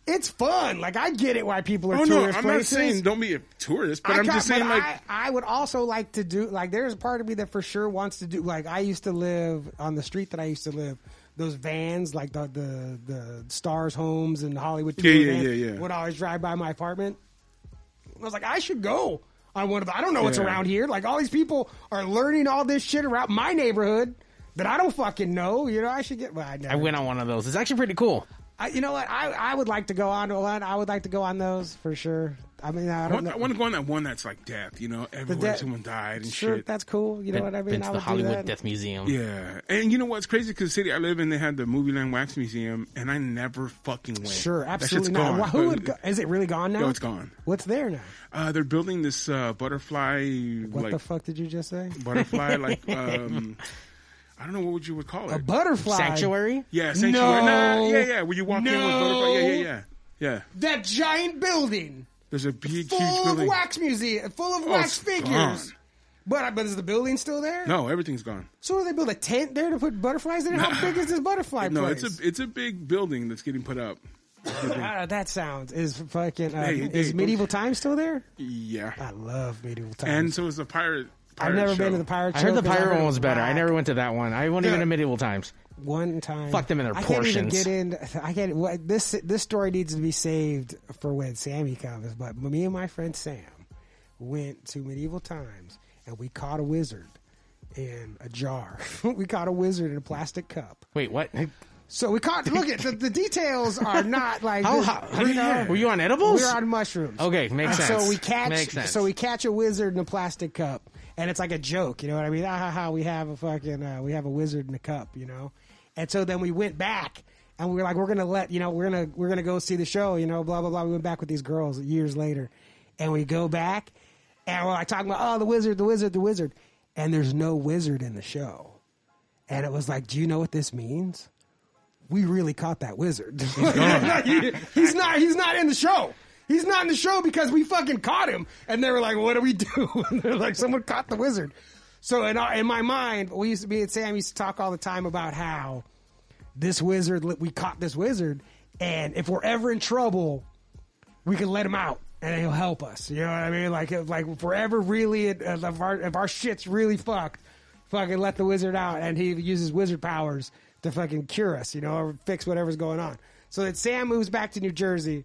Speaker 3: it's fun. Like I get it why people are
Speaker 2: Uh-huh. oh no,
Speaker 3: tourist
Speaker 2: I'm not
Speaker 3: places.
Speaker 2: saying don't be a tourist, but I am
Speaker 3: ca-
Speaker 2: just saying
Speaker 3: but
Speaker 2: like
Speaker 3: I, I would also like to do like there's a part of me that for sure wants to do like I used to live on the street that I used to live. Those vans, like the the, the stars homes and Hollywood, tour
Speaker 2: Yeah, yeah,
Speaker 3: van,
Speaker 2: yeah, yeah.
Speaker 3: would always drive by my apartment. I was like, I should go on one of the. I don't know what's
Speaker 2: Yeah.
Speaker 3: around here. Like all these people are learning all this shit around my neighborhood that I don't fucking know. You know, I should get. Well, I,
Speaker 4: I
Speaker 3: never,
Speaker 4: went on one of those. It's actually pretty cool.
Speaker 3: I- you know what? I I would like to go on one. I would like to go on those for sure. I mean, I
Speaker 2: I
Speaker 3: don't
Speaker 2: want,
Speaker 3: know.
Speaker 2: I want to go on that one that's like death. You know, everywhere
Speaker 3: death-
Speaker 2: someone died and
Speaker 3: sure,
Speaker 2: shit.
Speaker 3: that's cool. You know what I mean?
Speaker 4: Been
Speaker 3: I
Speaker 4: to
Speaker 3: would
Speaker 4: the
Speaker 3: do
Speaker 4: Hollywood
Speaker 3: that.
Speaker 4: Death Museum.
Speaker 2: Yeah, and you know what's crazy? Because the city I live in, they had the Movie Land Wax Museum, and I never fucking went.
Speaker 3: Sure,
Speaker 2: That shit's
Speaker 3: absolutely not.
Speaker 2: gone.
Speaker 3: Why- who would go,
Speaker 2: But,
Speaker 3: is it really gone now?
Speaker 2: No, it's gone.
Speaker 3: What's there now?
Speaker 2: Uh, they're building this uh, butterfly,
Speaker 3: What
Speaker 2: like
Speaker 3: the fuck did you just say?
Speaker 2: butterfly, like um, I don't know what would you would call it.
Speaker 3: A butterfly
Speaker 4: Sanctuary?
Speaker 2: yeah, sanctuary.
Speaker 3: No.
Speaker 2: Nah, yeah, yeah. Where you walk in with butterfly? Yeah, yeah, yeah. Yeah.
Speaker 3: That giant building
Speaker 2: There's a big, huge
Speaker 3: full of
Speaker 2: building.
Speaker 3: wax museum, full of
Speaker 2: Oh,
Speaker 3: wax
Speaker 2: it's
Speaker 3: figures.
Speaker 2: gone.
Speaker 3: But but is the building still there?
Speaker 2: No, everything's gone.
Speaker 3: So do they build a tent there to put butterflies in it? How big is this butterfly
Speaker 2: No, it's
Speaker 3: place?
Speaker 2: a it's a big building that's getting put up.
Speaker 3: Ah, that sounds is fucking. Uh,
Speaker 2: Hey,
Speaker 3: is
Speaker 2: hey,
Speaker 3: medieval times still there?
Speaker 2: Yeah,
Speaker 3: I love medieval times.
Speaker 2: and so is the pirate.
Speaker 3: Ah. I've
Speaker 2: pirate
Speaker 3: never
Speaker 2: show.
Speaker 3: been to the pirate.
Speaker 4: I
Speaker 3: show
Speaker 4: heard the
Speaker 3: 'cause
Speaker 4: pirate
Speaker 3: heard
Speaker 4: one was better. I
Speaker 3: whack.
Speaker 4: never went to that one. I went even to medieval times.
Speaker 3: one time.
Speaker 4: Fuck them in their
Speaker 3: I
Speaker 4: portions.
Speaker 3: Can't even get in. I can't. What, this this story needs to be saved for when Sammy comes. But me and my friend Sam went to medieval times and we caught a wizard in a jar. we caught a wizard in a plastic cup.
Speaker 4: Wait, what?
Speaker 3: So we caught. Look at the, the details are not like.
Speaker 4: How,
Speaker 3: this-
Speaker 4: how,
Speaker 3: you
Speaker 4: you
Speaker 3: know,
Speaker 4: Were you on edibles?
Speaker 3: we're on mushrooms.
Speaker 4: Okay, makes
Speaker 3: And
Speaker 4: sense.
Speaker 3: So we catch.
Speaker 4: Makes sense.
Speaker 3: So we catch a wizard in a plastic cup, and it's like a joke. You know what I mean? Ah, ha, ha, we have a fucking uh, we have a wizard in a cup. You know, and so then we went back. And we were like, we're gonna let you know, we're gonna we're gonna go see the show, you know, blah blah blah. We went back with these girls years later, and we go back, and we're like talking about, oh, the wizard, the wizard, the wizard, and there's no wizard in the show, and it was like, do you know what this means? we really caught that wizard. He- he's not. He's not in the show. He's not in the show because we fucking caught him. And they were like, "What do we do?" And they're like, "Someone caught the wizard." So in our, in my mind, we used to be and Sam used to talk all the time about how this wizard we caught this wizard, and if we're ever in trouble, we can let him out and he'll help us. You know what I mean? Like, if, like if we're ever really, uh, if, our, if our shit's really fucked, fucking let the wizard out and he uses wizard powers to fucking cure us, you know, or fix whatever's going on. So that Sam moves back to New Jersey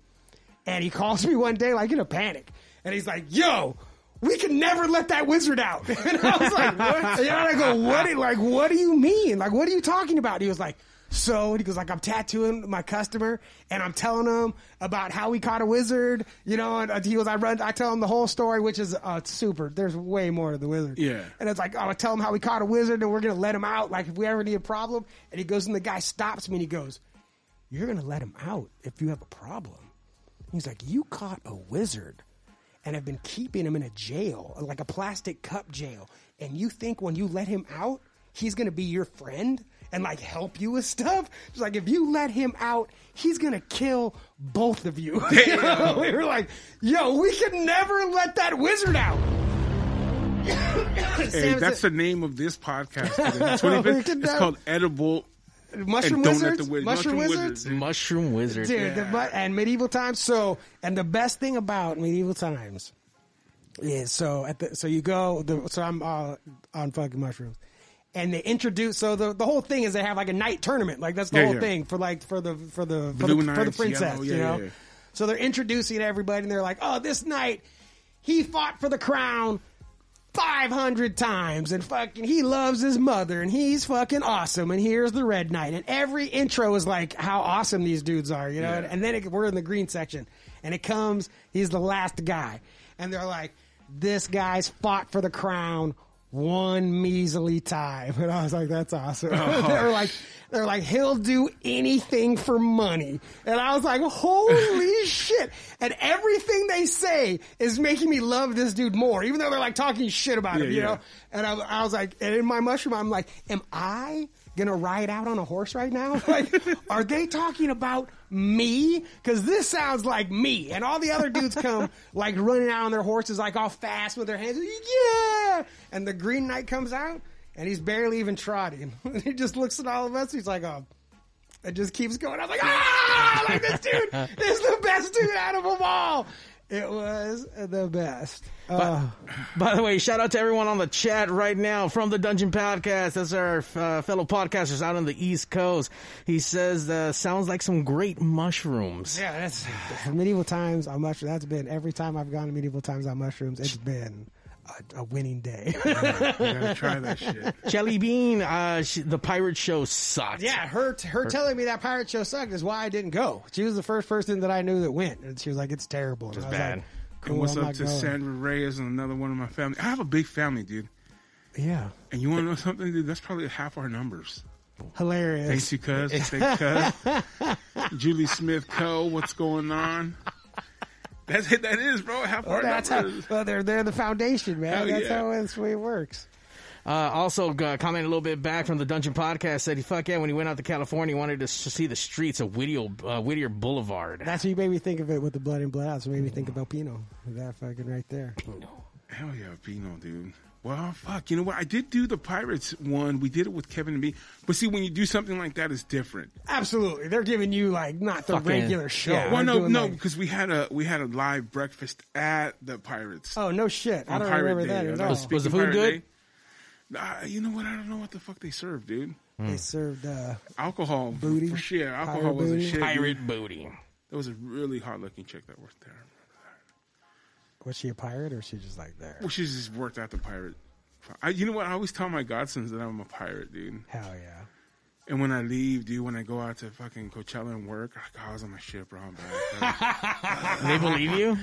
Speaker 3: and he calls me one day, like in a panic. And he's like, yo, we can never let that wizard out. And I was like, what? And I go, what? do- Like, what do you mean? Like, what are you talking about? And he was like, so, and he goes like, I'm tattooing my customer and I'm telling him about how we caught a wizard, you know, and uh, he goes, I run, I tell him the whole story, which is uh, super. There's way more to the wizard.
Speaker 2: Yeah.
Speaker 3: And it's like, oh, I tell him how we caught a wizard and we're going to let him out. Like, if we ever need a problem. And he goes, and the guy stops me and he goes, you're going to let him out if you have a problem. He's like, You caught a wizard and have been keeping him in a jail, like a plastic cup jail. And you think when you let him out, he's going to be your friend and like help you with stuff? It's like, if you let him out, he's going to kill both of you. we were like, Yo, we can never let that wizard out.
Speaker 2: Hey,
Speaker 3: Sam's-
Speaker 2: that's the name of this podcast. today. The 25th,
Speaker 3: Freaking
Speaker 2: it's
Speaker 3: out.
Speaker 2: called Edible
Speaker 3: Mushroom
Speaker 2: and Donut
Speaker 3: Wizards?
Speaker 2: the Wizard.
Speaker 3: Mushroom Wizards?
Speaker 2: dude.
Speaker 4: Mushroom Wizard.
Speaker 3: Dude, the mu- and medieval times. So, and the best thing about medieval times is so at the so you go. The, so I'm uh, on fucking mushrooms, and they introduce. So the the whole thing is they have like a night tournament. Like that's the
Speaker 2: Yeah,
Speaker 3: whole
Speaker 2: yeah.
Speaker 3: thing for like for the for the for,
Speaker 2: Blue
Speaker 3: the, for the
Speaker 2: knights,
Speaker 3: princess.
Speaker 2: yellow,
Speaker 3: you
Speaker 2: yeah,
Speaker 3: know.
Speaker 2: yeah, yeah.
Speaker 3: So they're introducing everybody, and they're like, "Oh, this night he fought for the crown." 500 times and fucking he loves his mother and he's fucking awesome and here's the red knight and every intro is like how awesome these dudes are you know and, and then it, we're in the green section and it comes he's the last guy and they're like this guy's fought for the crown one measly time and i was like that's awesome they're like they're like he'll do anything for money and i was like holy shit and everything they say is making me love this dude more even though they're like talking shit about him
Speaker 2: Yeah,
Speaker 3: you
Speaker 2: yeah.
Speaker 3: know and I, I was like and in my mushroom i'm like am i gonna ride out on a horse right now like are they talking about me because this sounds like me and all the other dudes come like running out on their horses like all fast with their hands yeah and the green knight comes out and he's barely even trotting he just looks at all of us he's like oh it just keeps going. I was like, ah, like this dude is the best dude out of them all. It was the best. Uh,
Speaker 4: By the way, shout out to everyone on the chat right now from the Dungeon Podcast. That's our uh, fellow podcasters out on the East Coast. He says, uh, sounds like some great mushrooms.
Speaker 3: yeah, that's medieval times on mushrooms. That's been every time I've gone to medieval times on mushrooms. It's been a, a winning day.
Speaker 2: You gotta try that shit.
Speaker 4: Jelly Bean, uh, sh the pirate show sucked.
Speaker 3: yeah, her her telling me that pirate show sucked is why I didn't go. She was the first person that I knew that went, and she was like, "It's terrible." And I was
Speaker 4: bad.
Speaker 3: Like, cool,
Speaker 2: And what's
Speaker 3: Oh, I'm
Speaker 2: up
Speaker 3: not
Speaker 2: to
Speaker 3: going.
Speaker 2: Sandra Reyes and another one of my family? I have a big family, dude.
Speaker 3: Yeah,
Speaker 2: And you want to know something, dude? That's probably half our numbers.
Speaker 3: hilarious.
Speaker 2: Thanks, you cuz. Thanks, cuz. Julie Smith Co. What's going on? That's it. That is, bro. Half
Speaker 3: Well,
Speaker 2: our
Speaker 3: Oh, that's how,
Speaker 2: numbers.
Speaker 3: well, they're they're the foundation, man.
Speaker 2: Hell
Speaker 3: that's
Speaker 2: yeah.
Speaker 3: how it's, the way it works.
Speaker 4: Uh, also, uh, comment a little bit back from the Dungeon Podcast said he fuck yeah when he went out to California, he wanted to s- see the streets of Whittier, uh, Whittier Boulevard.
Speaker 3: That's what you made me think of it with the blood and blood out. So it made me think about Pino. That fucking right there.
Speaker 2: Hell yeah, Pino, dude. Well, fuck. You know what? I did do the Pirates one. We did it with Kevin and me. But see, when you do something like that, it's different.
Speaker 3: Absolutely, they're giving you like not the
Speaker 4: Fucking-
Speaker 3: regular show.
Speaker 4: yeah.
Speaker 3: They're
Speaker 2: Well, no,
Speaker 3: Oh, doing,
Speaker 2: no,
Speaker 3: like-
Speaker 2: because we had a we had a live breakfast at the Pirates.
Speaker 3: oh no shit! I
Speaker 2: on
Speaker 3: don't
Speaker 2: Pirate
Speaker 3: remember
Speaker 2: Day.
Speaker 3: that
Speaker 2: I
Speaker 3: at
Speaker 2: know.
Speaker 3: all.
Speaker 4: Was- was the
Speaker 2: Speaking
Speaker 4: food
Speaker 2: Pirate Day, uh, you know what? I don't know what the fuck they served, dude.
Speaker 3: They served. Uh,
Speaker 2: Alcohol,
Speaker 3: Booty?
Speaker 2: For shit,
Speaker 3: Pirate
Speaker 2: alcohol was a
Speaker 3: booty?
Speaker 2: shit. dude.
Speaker 4: Pirate booty.
Speaker 2: There was a really hot looking chick that worked there.
Speaker 3: was she a pirate or was she just like there?
Speaker 2: Well, she just worked at the pirate. I, you know what? I always tell my godsons that I'm a pirate, dude.
Speaker 3: Hell yeah!
Speaker 2: And when I leave, dude, when I go out to fucking Coachella and work, I like, "Oh, I was on my ship, bro. I'm back."
Speaker 4: They believe you?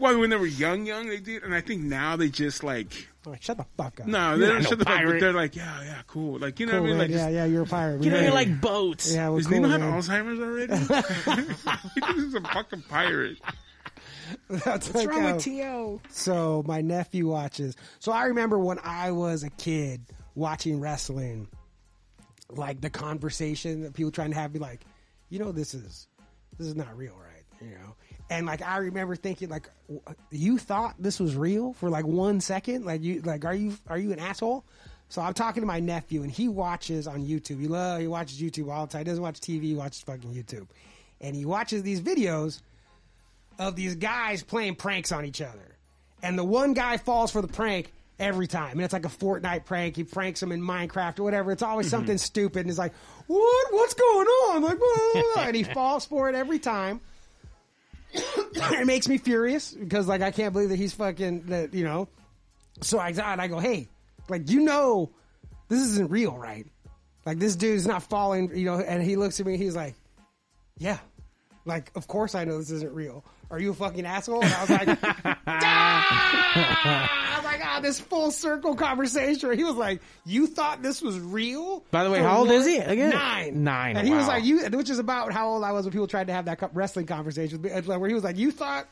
Speaker 2: well, when they were young, young, they did, and I think now they just like,
Speaker 3: I'm like, shut the fuck up.
Speaker 2: no, they
Speaker 4: You're
Speaker 2: don't
Speaker 4: not
Speaker 2: shut the
Speaker 4: no
Speaker 2: fuck. up.
Speaker 4: pirate.
Speaker 2: They're like, yeah, yeah, cool. Like, you know
Speaker 3: Cool,
Speaker 2: what I mean? Like,
Speaker 3: man. yeah,
Speaker 2: just-
Speaker 3: yeah, you're a pirate.
Speaker 4: You
Speaker 3: We
Speaker 4: know,
Speaker 3: heard
Speaker 4: you're
Speaker 3: you.
Speaker 4: like boats.
Speaker 3: yeah, we're
Speaker 2: Does
Speaker 3: cool,
Speaker 2: Nemo have
Speaker 3: man.
Speaker 2: Alzheimer's already? he thinks he's a fucking pirate.
Speaker 3: That's like, uh,
Speaker 4: T.O.?
Speaker 3: So my nephew watches. So I remember when I was a kid watching wrestling, like the conversation that people trying to have me like, you know, this is this is not real, right? You know, and like I remember thinking like, w- you thought this was real for like one second, like you like are you are you an asshole? So I'm talking to my nephew and he watches on YouTube. He love he watches YouTube all the time. He doesn't watch TV. He watches fucking YouTube, and he watches these videos of these guys playing pranks on each other. And the one guy falls for the prank every time. And it's like a Fortnite prank. He pranks him in Minecraft or whatever. It's always something stupid. And it's like, what? What's going on? Like, "Whoa." and he falls for it every time. it makes me furious because, like, I can't believe that he's fucking, that, you know. So I, and I go, hey, like, you know, this isn't real, right? Like, this dude's not falling, you know. And he looks at me, he's like, yeah. Like, of course I know this isn't real. Are you a fucking asshole? And I was like, ah! I was like, ah, this full circle conversation. He was like, you thought this was real?
Speaker 4: By the way,
Speaker 3: For
Speaker 4: how old
Speaker 3: one-
Speaker 4: is he again?
Speaker 3: Nine.
Speaker 4: Nine,
Speaker 3: And he was
Speaker 4: wow.
Speaker 3: like, you, which is about how old I was when people tried to have that co- wrestling conversation with me, where he was like, you thought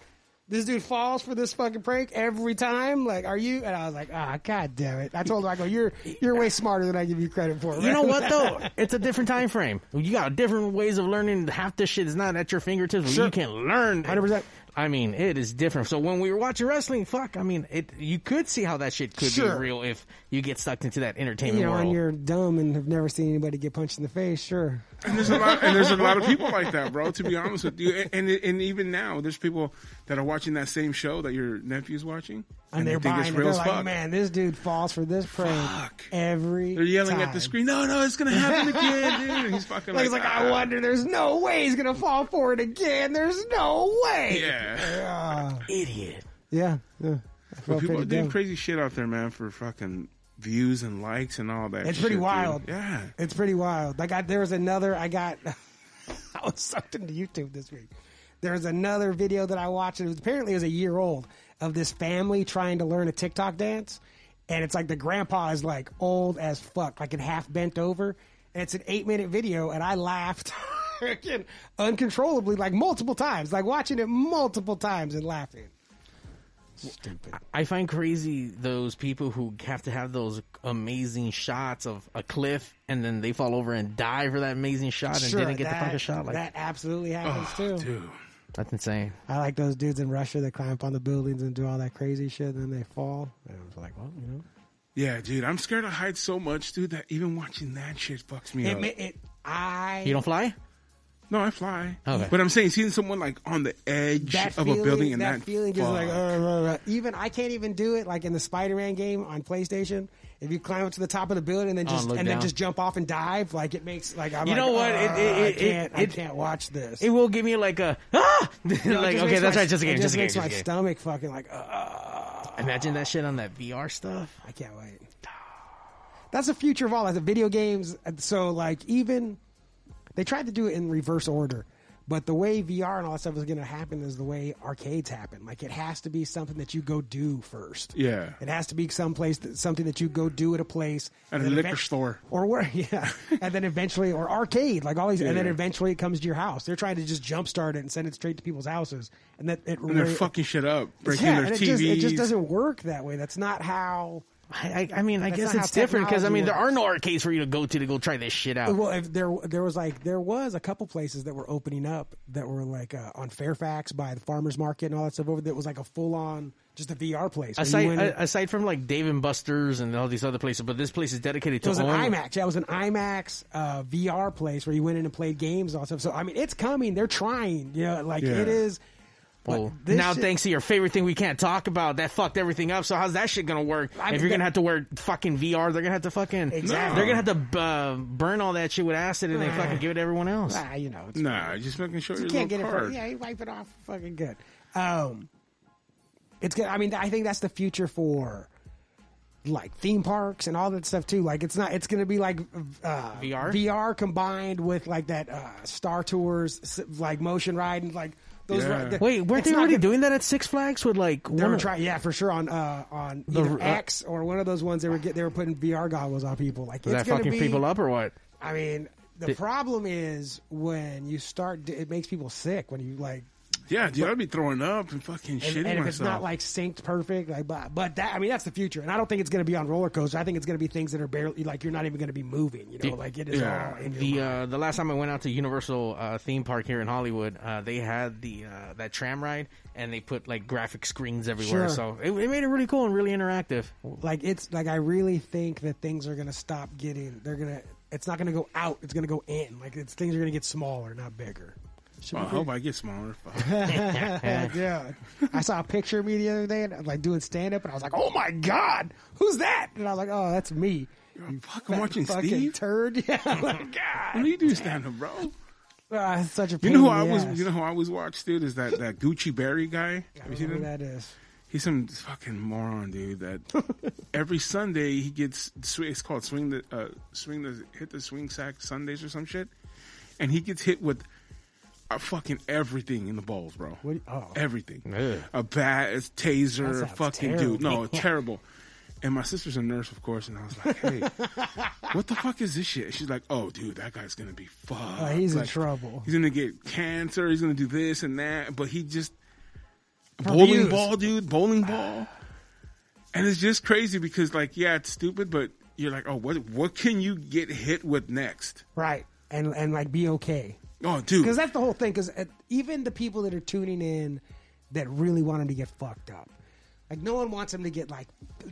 Speaker 3: this dude falls for this fucking prank every time? Like, are you? And I was like, ah, god damn it. I told him, I go, you're, you're way smarter than I give you credit for.
Speaker 4: You know what though? It's a different time frame. You got different ways of learning. Half this shit is not at your fingertips. where You
Speaker 3: Sure.
Speaker 4: can learn.
Speaker 3: 100%.
Speaker 4: I mean, it is different. So when we were watching wrestling, fuck, I mean, it you could see how that shit could
Speaker 3: Sure.
Speaker 4: be real if you get sucked into that entertainment
Speaker 3: You know,
Speaker 4: world.
Speaker 3: and you're dumb and have never seen anybody get punched in the face. Sure.
Speaker 2: And there's a lot, and there's a lot of people like that, bro. To be honest with you, and and even now, there's people that are watching that same show that your nephew's watching,
Speaker 3: And, they're buying it. They're like, man, this dude falls for this prank
Speaker 2: Fuck.
Speaker 3: every
Speaker 2: They're yelling at the
Speaker 3: time."
Speaker 2: screen, no, no, it's gonna happen again, dude. And he's fucking
Speaker 3: Like,
Speaker 2: like,
Speaker 3: he's like,
Speaker 2: "Ah."
Speaker 3: I wonder, there's no way he's going to fall for it again. There's no way.
Speaker 2: Yeah,
Speaker 4: Idiot.
Speaker 3: Yeah. yeah. I felt
Speaker 2: but people are
Speaker 3: pretty
Speaker 2: doing
Speaker 3: dumb.
Speaker 2: crazy shit out there, man, for fucking views and likes and all that.
Speaker 3: It's pretty
Speaker 2: shit, dude.
Speaker 3: wild.
Speaker 2: Yeah,
Speaker 3: It's pretty wild. Like I, there was another I got. I was sucked into YouTube this week. There was another video that I watched. It was apparently it was a year old of this family trying to learn a TikTok dance, and it's like the grandpa is like old as fuck, like and half bent over, and it's an eight minute video, and I laughed. freaking uncontrollably like multiple times like watching it multiple times and laughing stupid
Speaker 4: I find crazy those people who have to have those amazing shots of a cliff and then they fall over and die for that amazing shot and didn't get the fucking shot. Like
Speaker 3: that absolutely happens too
Speaker 2: Oh, dude.
Speaker 4: that's insane.
Speaker 3: I like those dudes in Russia that climb up on the buildings and do all that crazy shit, and then they fall. And I was like, well, you know,
Speaker 2: Yeah, dude, I'm scared of heights so much, dude, that even watching that shit fucks me
Speaker 3: it,
Speaker 2: up.
Speaker 3: ma- it, I
Speaker 4: You don't fly?
Speaker 2: no, I fly.
Speaker 4: Okay.
Speaker 2: But I'm saying seeing someone like on the edge
Speaker 3: that
Speaker 2: of
Speaker 3: feeling,
Speaker 2: a building and
Speaker 3: that,
Speaker 2: that,
Speaker 3: feeling is like,
Speaker 2: fuck.
Speaker 3: uh, uh, uh. even I can't even do it. Like in the Spider-Man game on PlayStation, if you climb up to the top of the building and then
Speaker 4: Oh,
Speaker 3: just
Speaker 4: look
Speaker 3: and then
Speaker 4: down.
Speaker 3: just jump off and dive, like it makes like I'm
Speaker 4: You
Speaker 3: like,
Speaker 4: know what? It-
Speaker 3: uh,
Speaker 4: it-
Speaker 3: I
Speaker 4: it-
Speaker 3: can't, I
Speaker 4: it-
Speaker 3: can't watch this.
Speaker 4: It will give me like a ah like
Speaker 3: It just
Speaker 4: okay,
Speaker 3: makes
Speaker 4: that's
Speaker 3: my-
Speaker 4: right, just a game,
Speaker 3: It just
Speaker 4: just a game.
Speaker 3: makes
Speaker 4: Just a
Speaker 3: my
Speaker 4: game.
Speaker 3: stomach fucking like. Uh,
Speaker 4: Imagine that shit on that VR stuff.
Speaker 3: I can't wait. That's the future of all that. The video games. and So like even they tried to do it in reverse order, but the way VR and all that stuff is going to happen is the way arcades happen. Like it has to be something that you go do first.
Speaker 2: Yeah.
Speaker 3: It has to be someplace that something that you go do at a place
Speaker 2: At a
Speaker 3: and then
Speaker 2: liquor
Speaker 3: event-
Speaker 2: store.
Speaker 3: or where yeah, and then eventually or arcade like all these, and then
Speaker 2: Yeah.
Speaker 3: eventually it comes to your house. They're trying to just jumpstart it and send it straight to people's houses, and that it
Speaker 2: and they're
Speaker 3: re-
Speaker 2: fucking shit up, breaking
Speaker 3: yeah,
Speaker 2: their
Speaker 3: and
Speaker 2: TVs.
Speaker 3: it just, it just doesn't work that way. That's not how.
Speaker 4: I, I, I mean, I
Speaker 3: That's
Speaker 4: guess
Speaker 3: not
Speaker 4: it's
Speaker 3: how
Speaker 4: different because I mean,
Speaker 3: technology
Speaker 4: there are no arcades for you to go to to go try this shit out.
Speaker 3: Well, if there there was like there was a couple places that were opening up that were like uh, on Fairfax by the farmers market and all that stuff over there was like a full on just a VR place. where you
Speaker 4: Aside,
Speaker 3: went in-
Speaker 4: a- aside from like Dave and Buster's and all these other places, but this place is dedicated
Speaker 3: it
Speaker 4: to
Speaker 3: was an
Speaker 4: only-
Speaker 3: IMAX. Yeah, it was an IMAX uh, VR place where you went in and played games and all that stuff. So I mean, it's coming. They're trying. You know, like
Speaker 2: Yeah.
Speaker 3: it is. but
Speaker 4: Well,
Speaker 3: this
Speaker 4: now,
Speaker 3: shit-
Speaker 4: thanks to your favorite thing we can't talk about, that fucked everything up. So how's that shit gonna work?
Speaker 3: I mean,
Speaker 4: if you're
Speaker 3: that-
Speaker 4: gonna have to wear fucking VR, they're gonna have to fucking
Speaker 3: Exactly.
Speaker 4: they're gonna have to uh, burn all that shit with acid and then fucking give it to everyone else.
Speaker 3: Ah, you know, it's
Speaker 2: Nah, just making sure
Speaker 3: You
Speaker 2: your
Speaker 3: can't get
Speaker 2: little
Speaker 3: it.
Speaker 2: card.
Speaker 3: From, yeah, you wipe it off. Fucking good. Um, it's good. I mean, I think that's the future for like theme parks and all that stuff too. Like, it's not. It's going to be like uh,
Speaker 4: VR?
Speaker 3: VR combined with like that uh, Star Tours s- like motion ride and like those.
Speaker 2: Yeah.
Speaker 3: ri- the-
Speaker 4: Wait, weren't
Speaker 3: it's
Speaker 4: they
Speaker 3: not
Speaker 4: already
Speaker 3: gonna-
Speaker 4: doing that at Six Flags with like
Speaker 3: They
Speaker 4: one
Speaker 3: were
Speaker 4: of-
Speaker 3: trying, yeah, for sure on uh, on
Speaker 4: The-
Speaker 3: either
Speaker 4: uh,
Speaker 3: X or one of those ones they were get, they were putting VR goggles on people. Like,
Speaker 4: Is
Speaker 3: it's
Speaker 4: that
Speaker 3: gonna
Speaker 4: fucking
Speaker 3: be,
Speaker 4: people up or what?
Speaker 3: I mean, the problem is when you start, it makes people sick when you like
Speaker 2: Yeah, dude, I'd be throwing up and fucking
Speaker 3: and,
Speaker 2: shitting
Speaker 3: and if
Speaker 2: myself.
Speaker 3: it's not like synced perfect, like but but that I mean that's the future, and I don't think it's going to be on roller coasters. I think it's going to be things that are barely like you're not even going to be moving. You know, like it is
Speaker 2: yeah.
Speaker 3: all in your
Speaker 4: The
Speaker 3: mind.
Speaker 4: uh, the last time I went out to Universal uh, theme park here in Hollywood, uh, they had the uh, that tram ride and they put like graphic screens
Speaker 3: Sure.
Speaker 4: everywhere, so it, it made it really cool and really interactive.
Speaker 3: like it's like I really think that things are going to stop getting. They're going to. It's not going to go out. It's going to go in. Like it's things are going to get smaller, not bigger. Should
Speaker 2: well, I
Speaker 3: be
Speaker 2: hope I get smaller. Fuck.
Speaker 3: good. yeah, I saw a picture of me the other day, and I was like doing stand up, and I was like, "Oh my god, who's that?" And I was like, "Oh, that's me."
Speaker 2: I'm fucking watching
Speaker 3: fucking
Speaker 2: Steve.
Speaker 3: turd. Yeah, oh like,
Speaker 2: What do you do stand up, bro?
Speaker 3: ah, it's such a.
Speaker 2: You
Speaker 3: Pain
Speaker 2: know who
Speaker 3: in
Speaker 2: I
Speaker 3: the
Speaker 2: was?
Speaker 3: ass.
Speaker 2: You know who I always watched, dude? Is that that Gucci Berry guy? Have you
Speaker 3: I don't
Speaker 2: seen
Speaker 3: know
Speaker 2: him?
Speaker 3: who that is.
Speaker 2: He's some fucking moron, dude. That every Sunday he gets sw- it's called swing the uh, swing the hit the swing sack Sundays or some shit, and he gets hit with uh, fucking everything in the balls, bro.
Speaker 3: What do you- oh.
Speaker 2: Everything,
Speaker 4: Ugh.
Speaker 2: a bat, a
Speaker 3: That
Speaker 2: taser,
Speaker 3: sounds
Speaker 2: fucking dude. No, terrible. And my sister's a nurse, of course, and I was like, "Hey, what the fuck is this shit?" She's like, "Oh, dude, that guy's gonna be fucked.
Speaker 3: Oh, he's in
Speaker 2: Like,
Speaker 3: trouble.
Speaker 2: He's gonna get cancer. He's gonna do this and that." But he just bowling
Speaker 3: Reviews.
Speaker 2: ball, dude, bowling ball. And it's just crazy because, like, yeah, it's stupid, but you're like, "Oh, what? What can you get hit with next?"
Speaker 3: Right. And and like be okay.
Speaker 2: Oh, dude,
Speaker 3: uh, Cuz that's the whole thing cuz even the people that are tuning in that really want him to get fucked up. Like no one wants him to get like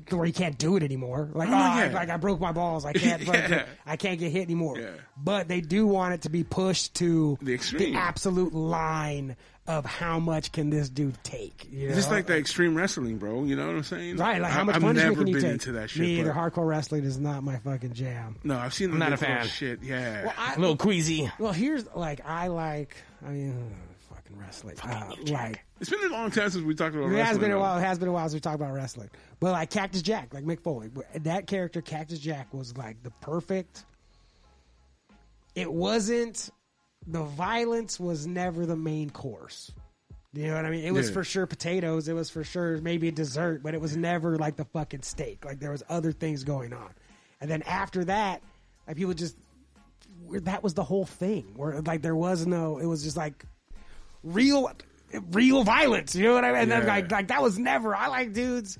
Speaker 3: where he can't do it anymore. Like oh, I-
Speaker 2: yeah.
Speaker 3: like I broke my balls. I can't. fucking-
Speaker 2: Yeah.
Speaker 3: I can't get hit anymore.
Speaker 2: Yeah.
Speaker 3: But they do want it to be pushed to
Speaker 2: The extreme.
Speaker 3: absolute line of how much can this dude take. you
Speaker 2: It's just
Speaker 3: know?
Speaker 2: like the extreme wrestling, bro. You know what I'm saying?
Speaker 3: Right, like how
Speaker 2: I-
Speaker 3: much
Speaker 2: I've
Speaker 3: punishment
Speaker 2: never
Speaker 3: can you
Speaker 2: been
Speaker 3: take?
Speaker 2: into that shit.
Speaker 3: Me either.
Speaker 2: but-
Speaker 3: Hardcore wrestling is not my fucking jam.
Speaker 2: No, I've seen them
Speaker 4: Not
Speaker 2: do
Speaker 4: a
Speaker 2: cool
Speaker 4: fan.
Speaker 2: Shit, yeah.
Speaker 3: Well, I,
Speaker 4: A little queasy.
Speaker 3: well, here's like I like. I mean, ugh, fucking wrestling. Uh, like
Speaker 2: it's been a long time since we talked about.
Speaker 3: it has
Speaker 2: wrestling,
Speaker 3: been a
Speaker 2: though.
Speaker 3: while. It has been a while since we talked about wrestling. But like Cactus Jack, like Mick Foley, that character Cactus Jack was like the perfect. It wasn't. The violence was never the main course. You know what I mean? It was
Speaker 2: Yeah.
Speaker 3: for sure potatoes. It was for sure maybe a dessert, but it was never like the fucking steak. Like there was other things going on. And then after that, like people just where that was the whole thing. Where like there was no, it was just like real, real violence. You know what I mean? And then,
Speaker 2: Yeah.
Speaker 3: like like that was never. I like dudes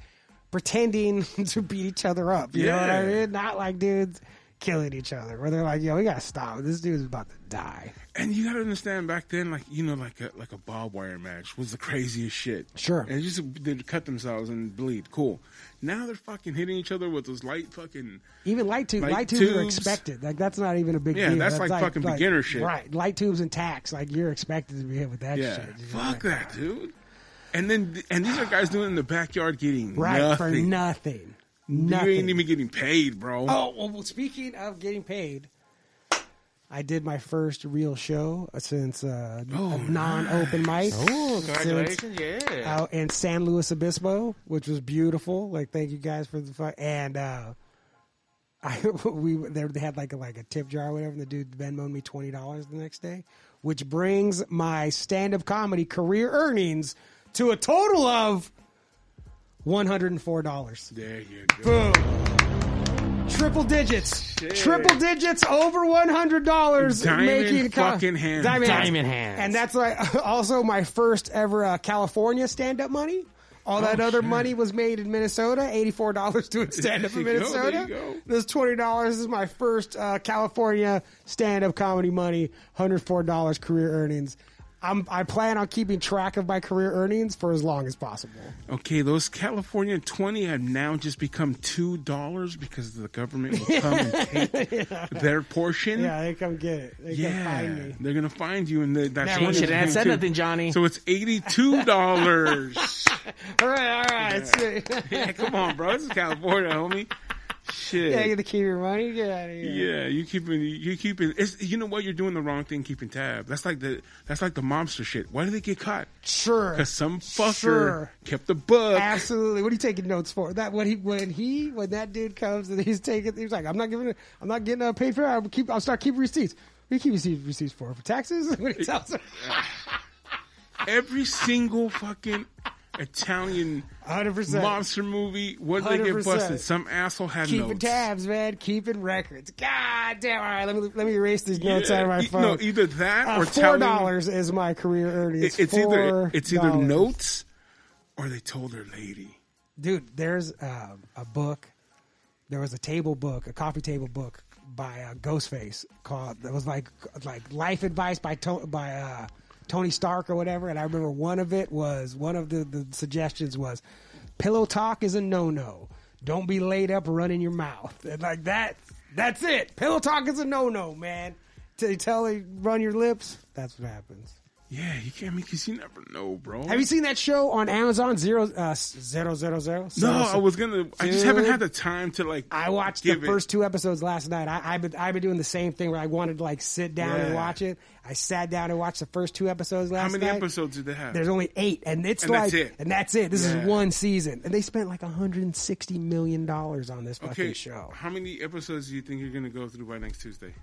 Speaker 3: pretending to beat each other up. You know what I
Speaker 2: Yeah.
Speaker 3: mean? Not like dudes killing each other. Where they're like, yo, we gotta stop. This dude's about to die.
Speaker 2: And you gotta understand back then, like you know, like a like a barbed wire match was the craziest shit.
Speaker 3: Sure.
Speaker 2: and just they'd cut themselves and bleed. Cool. Now they're fucking hitting each other with those light fucking.
Speaker 3: Even light, tube, light,
Speaker 2: Light
Speaker 3: tubes, are
Speaker 2: tubes.
Speaker 3: expected. Like that's not even a big
Speaker 2: Yeah,
Speaker 3: deal.
Speaker 2: that's like fucking beginner shit.
Speaker 3: Right, light tubes and tacks. Like you're expected to be hit with that
Speaker 2: Yeah,
Speaker 3: shit. You know what I
Speaker 2: fuck
Speaker 3: mean?
Speaker 2: that, dude. And then and these are guys doing it in the backyard getting
Speaker 3: Right
Speaker 2: nothing.
Speaker 3: for nothing.
Speaker 2: You ain't
Speaker 3: Nothing.
Speaker 2: even getting paid, bro.
Speaker 3: Oh well, well, speaking of getting paid, I did my first real show since uh, a non-open mic. Oh,
Speaker 4: yeah.
Speaker 3: Out in San Luis Obispo, which was beautiful. Like, thank you guys for the fun. And uh, I we there they had like a, like a tip jar or whatever. And the dude Venmoed me twenty dollars the next day, which brings my stand-up comedy career earnings to a total of one hundred and four dollars.
Speaker 2: There you go.
Speaker 3: Boom. Triple digits. Triple digits over one hundred dollars.
Speaker 2: Diamond
Speaker 3: making co-
Speaker 2: fucking hands.
Speaker 3: hands.
Speaker 4: Diamond hands.
Speaker 3: And that's like also my first ever uh, California stand up money. All that other money was made in Minnesota. Eighty four dollars doing stand up in
Speaker 2: Oh, There you go, there
Speaker 3: Minnesota.
Speaker 2: you go.
Speaker 3: This twenty dollars is my first uh, California stand up comedy money. Hundred four dollars career earnings. I'm, I plan on keeping track of my career earnings for as long as possible.
Speaker 2: Okay, those California twenty have now just become two dollars because the government will come and take their portion.
Speaker 3: Yeah, they come get it. They come find me.
Speaker 2: they're gonna find you, and the, that
Speaker 3: Never
Speaker 2: money
Speaker 3: should
Speaker 2: is
Speaker 3: have
Speaker 2: due
Speaker 4: said
Speaker 2: too.
Speaker 4: nothing, Johnny.
Speaker 2: So it's eighty-two dollars.
Speaker 3: All right, all right. sweet.
Speaker 2: yeah, come on, bro. This is California, homie. Shit.
Speaker 3: Yeah, you get to keep your money. Get out of here.
Speaker 2: Yeah, you keeping you keeping. It's you know what you're doing the wrong thing. Keeping tab. That's like the that's like the mobster shit. Why do they get caught?
Speaker 3: Sure.
Speaker 2: Because some fucker
Speaker 3: Sure.
Speaker 2: kept the book.
Speaker 3: Absolutely. What are you taking notes for? That when he when he when that dude comes and he's taking he's like, I'm not giving it I'm not getting a pay for it. I'll keep I'll start keeping receipts. What do you keep receipts receipts for? For taxes? When he tells her
Speaker 2: Every single fucking Italian
Speaker 3: hundred percent.
Speaker 2: mobster movie. What they get
Speaker 3: 100%.
Speaker 2: busted? Some asshole had
Speaker 3: Keeping
Speaker 2: notes.
Speaker 3: tabs, man. Keeping records. God damn. All right, let me let me erase these notes out of my
Speaker 2: E-
Speaker 3: phone.
Speaker 2: No, either that
Speaker 3: Uh,
Speaker 2: or
Speaker 3: four
Speaker 2: telling-
Speaker 3: dollars is my career earnings.
Speaker 2: It- it's either
Speaker 3: $4.
Speaker 2: it's either notes or they told her lady.
Speaker 3: dude there's uh, a book there was a table book a coffee table book by uh, ghostface called that was like like life advice by to- by uh, tony stark or whatever and i remember one of it was one of the, the suggestions was pillow talk is a no-no don't be laid up running your mouth and like that that's it pillow talk is a no-no man to tell her run your lips that's what happens
Speaker 2: Yeah, you can't mean because you never know, bro.
Speaker 3: have you seen that show on amazon zero uh, zero zero zero
Speaker 2: no, I was gonna. I just
Speaker 3: Dude.
Speaker 2: haven't had the time to like.
Speaker 3: I watched
Speaker 2: give
Speaker 3: the
Speaker 2: it-
Speaker 3: first two episodes last night. I, I've been I've been doing the same thing where I wanted to like sit down
Speaker 2: Yeah.
Speaker 3: and watch it. I sat down and watched the first two episodes last
Speaker 2: How
Speaker 3: night.
Speaker 2: many episodes did they have?
Speaker 3: There's only eight, and it's
Speaker 2: And
Speaker 3: like,
Speaker 2: that's it.
Speaker 3: and that's it. This
Speaker 2: Yeah.
Speaker 3: is one season, and they spent like 160 million dollars on this fucking
Speaker 2: okay.
Speaker 3: show.
Speaker 2: How many episodes do you think you're gonna go through by next Tuesday?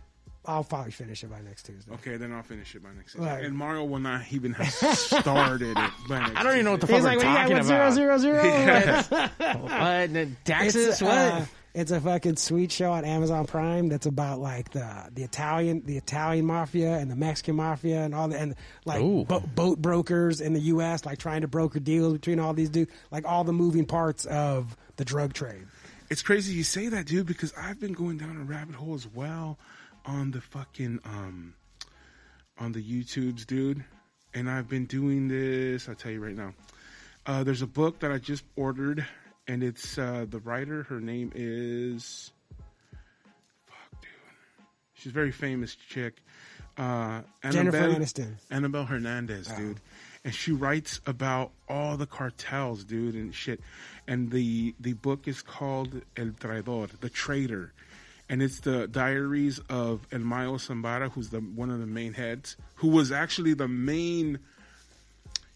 Speaker 3: I'll probably finish it by next Tuesday.
Speaker 2: Okay, then I'll finish it by next Tuesday.
Speaker 3: Right.
Speaker 2: And Mario will not even have started it. By next
Speaker 4: I don't even know what the fuck
Speaker 3: He's
Speaker 4: we're
Speaker 3: like, what do you got?
Speaker 4: talking
Speaker 3: What
Speaker 4: about.
Speaker 3: zero zero zero? Like,
Speaker 4: What? The Taxes?
Speaker 3: It's,
Speaker 4: What?
Speaker 3: uh, it's a fucking sweet show on Amazon Prime that's about like the the Italian the Italian mafia and the Mexican mafia and all the and like
Speaker 4: Ooh.
Speaker 3: bo- boat brokers in the U.S. like trying to broker deals between all these dudes like all the moving parts of the drug trade.
Speaker 2: It's crazy you say that, dude, because I've been going down a rabbit hole as well on the fucking um on the YouTubes, dude. and I've been doing this. I'll tell you right now. Uh, there's a book that I just ordered, and it's uh, the writer. Her name is. Fuck, dude. She's a very famous chick. Uh,
Speaker 3: Jennifer
Speaker 2: Annabelle-
Speaker 3: Aniston.
Speaker 2: Annabelle Hernandez, dude. And she writes about all the cartels, dude, and shit. And the the book is called El Traidor, the traitor. And it's the diaries of El Mayo Zambara, who's the one of the main heads, who was actually the main